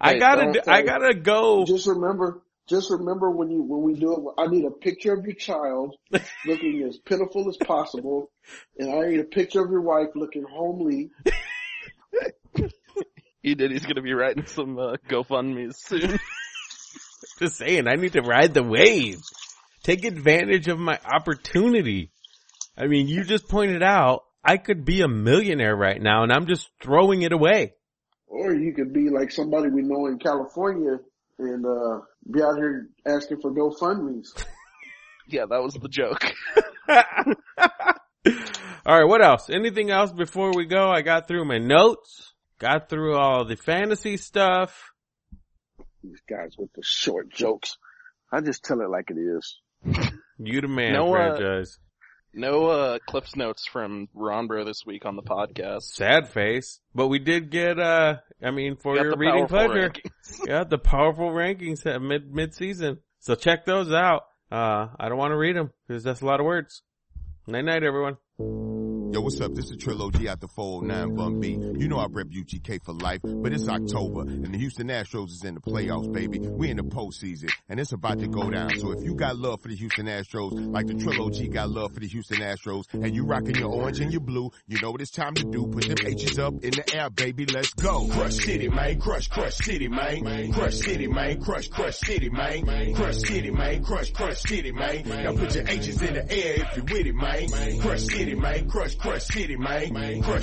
S1: I
S5: Hey,
S1: gotta,
S5: don't
S1: do- I
S5: say-
S1: gotta go.
S5: Just remember, just remember when you when we do it. I need a picture of your child looking as pitiful as possible, and I need a picture of your wife looking homely.
S2: He did, he's gonna be writing some, uh, GoFundMe's soon.
S1: Just saying, I need to ride the wave. Take advantage of my opportunity. I mean, you just pointed out I could be a millionaire right now and I'm just throwing it away.
S5: Or you could be like somebody we know in California and uh be out here asking for GoFundMe's.
S2: yeah, that was the joke.
S1: all right. What else? Anything else before we go? I got through my notes, got through all the fantasy stuff.
S5: These guys with the short jokes. I just tell it like it is.
S1: You the man
S2: No, uh,
S1: franchise.
S2: No, uh, clips notes from Ron Bro this week on the podcast.
S1: Sad face, but we did get, uh, I mean, for
S2: We got
S1: your
S2: the
S1: reading
S2: powerful
S1: pleasure.
S2: ranking.
S1: yeah, the powerful rankings at mid mid season. So check those out. Uh, I don't want to read them because that's a lot of words. Night night, everyone.
S3: Yo, what's up? This is Trillo G out the 409 Bum B. You know I rep UGK for life, but it's October and the Houston Astros is in the playoffs, baby. We in the postseason and it's about to go down. So if you got love for the Houston Astros, like the Trillo G got love for the Houston Astros, and you rocking your orange and your blue, you know what it's time to do. Put them H's up in the air, baby. Let's go. Crush City, man. Crush, crush City, man. Crush City, man. Crush, crush City, man. Crush City, man. Crush, crush City, man. Now put your H's in the air if you with it, man. Crush City, man. Crush, crush City, man. Crush City, man. Crush, crush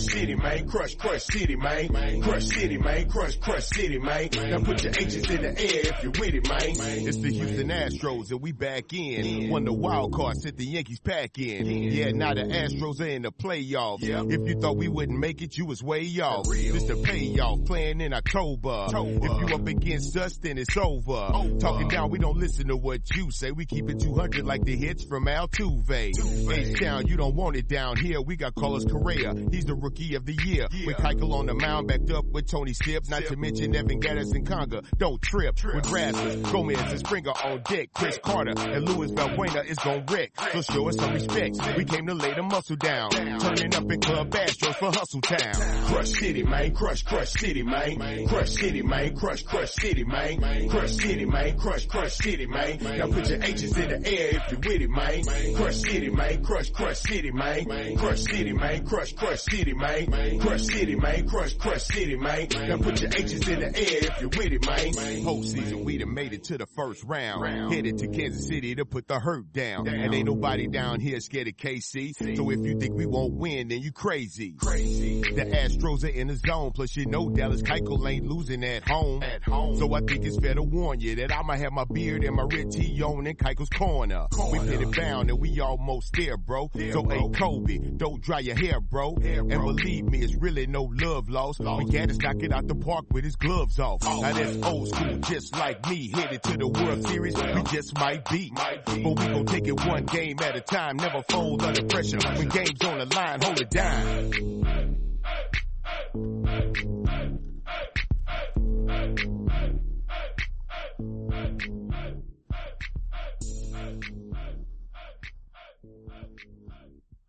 S3: City, man. Crush City, man. Crush, crush City, man. Now put your H's in the air if you with it, man. It's the Houston Astros and we back in. Won the wild card, sent the Yankees pack in. Yeah, now the Astros are in the playoffs. If you thought we wouldn't make it, you was way off. This the payoff, playing in October. If you up against us, then it's over. Talking down, we don't listen to what you say. We keep it 200 like the hits from Altuve. Face down, you don't want it down here. We got Carlos Correa. He's the rookie of the year. With Keuchel on the mound, backed up with Tony Sips. Not to mention Evan Gaddis and Conga. Don't trip. With Rasmus, Gomez and Springer on deck. Chris Carter and Luis Valbuena is gon' wreck. So show us some respect. We came to lay the muscle down. Turning up in Club Astros for Hustle Town. Crush City, man. Crush, crush City, man. Crush City, man. Crush, crush City, man. Crush City, man. Crush, crush City, man. Now put your H's in the air if you with it, man. Crush City, man. Crush, crush City, man. Crush City, man. Crush, crush City, man. Crush City, man. Crush, crush City, man. Now put your H's in the air if you with it, man. Postseason, we done made it to the first round. Headed to Kansas City to put the hurt down. And ain't nobody down here scared of KC. So if you think we won't win, then you crazy. Crazy. The Astros are in the zone. Plus, you know Dallas Keuchel ain't losing at home. At home. So I think it's fair to warn you that I'ma have my beard and my red tee on in Keuchel's corner. We pin it down and we almost there, bro. so hey Kobe, don't dry your hair, bro. and believe me, it's really no love Oh. lost. We got to knock it out the park with his gloves off. now that's old school, just like me. Headed to the World Series, we just might be. But we gon' take it one game at a time. Never fold under pressure. When games on the line, hold it down.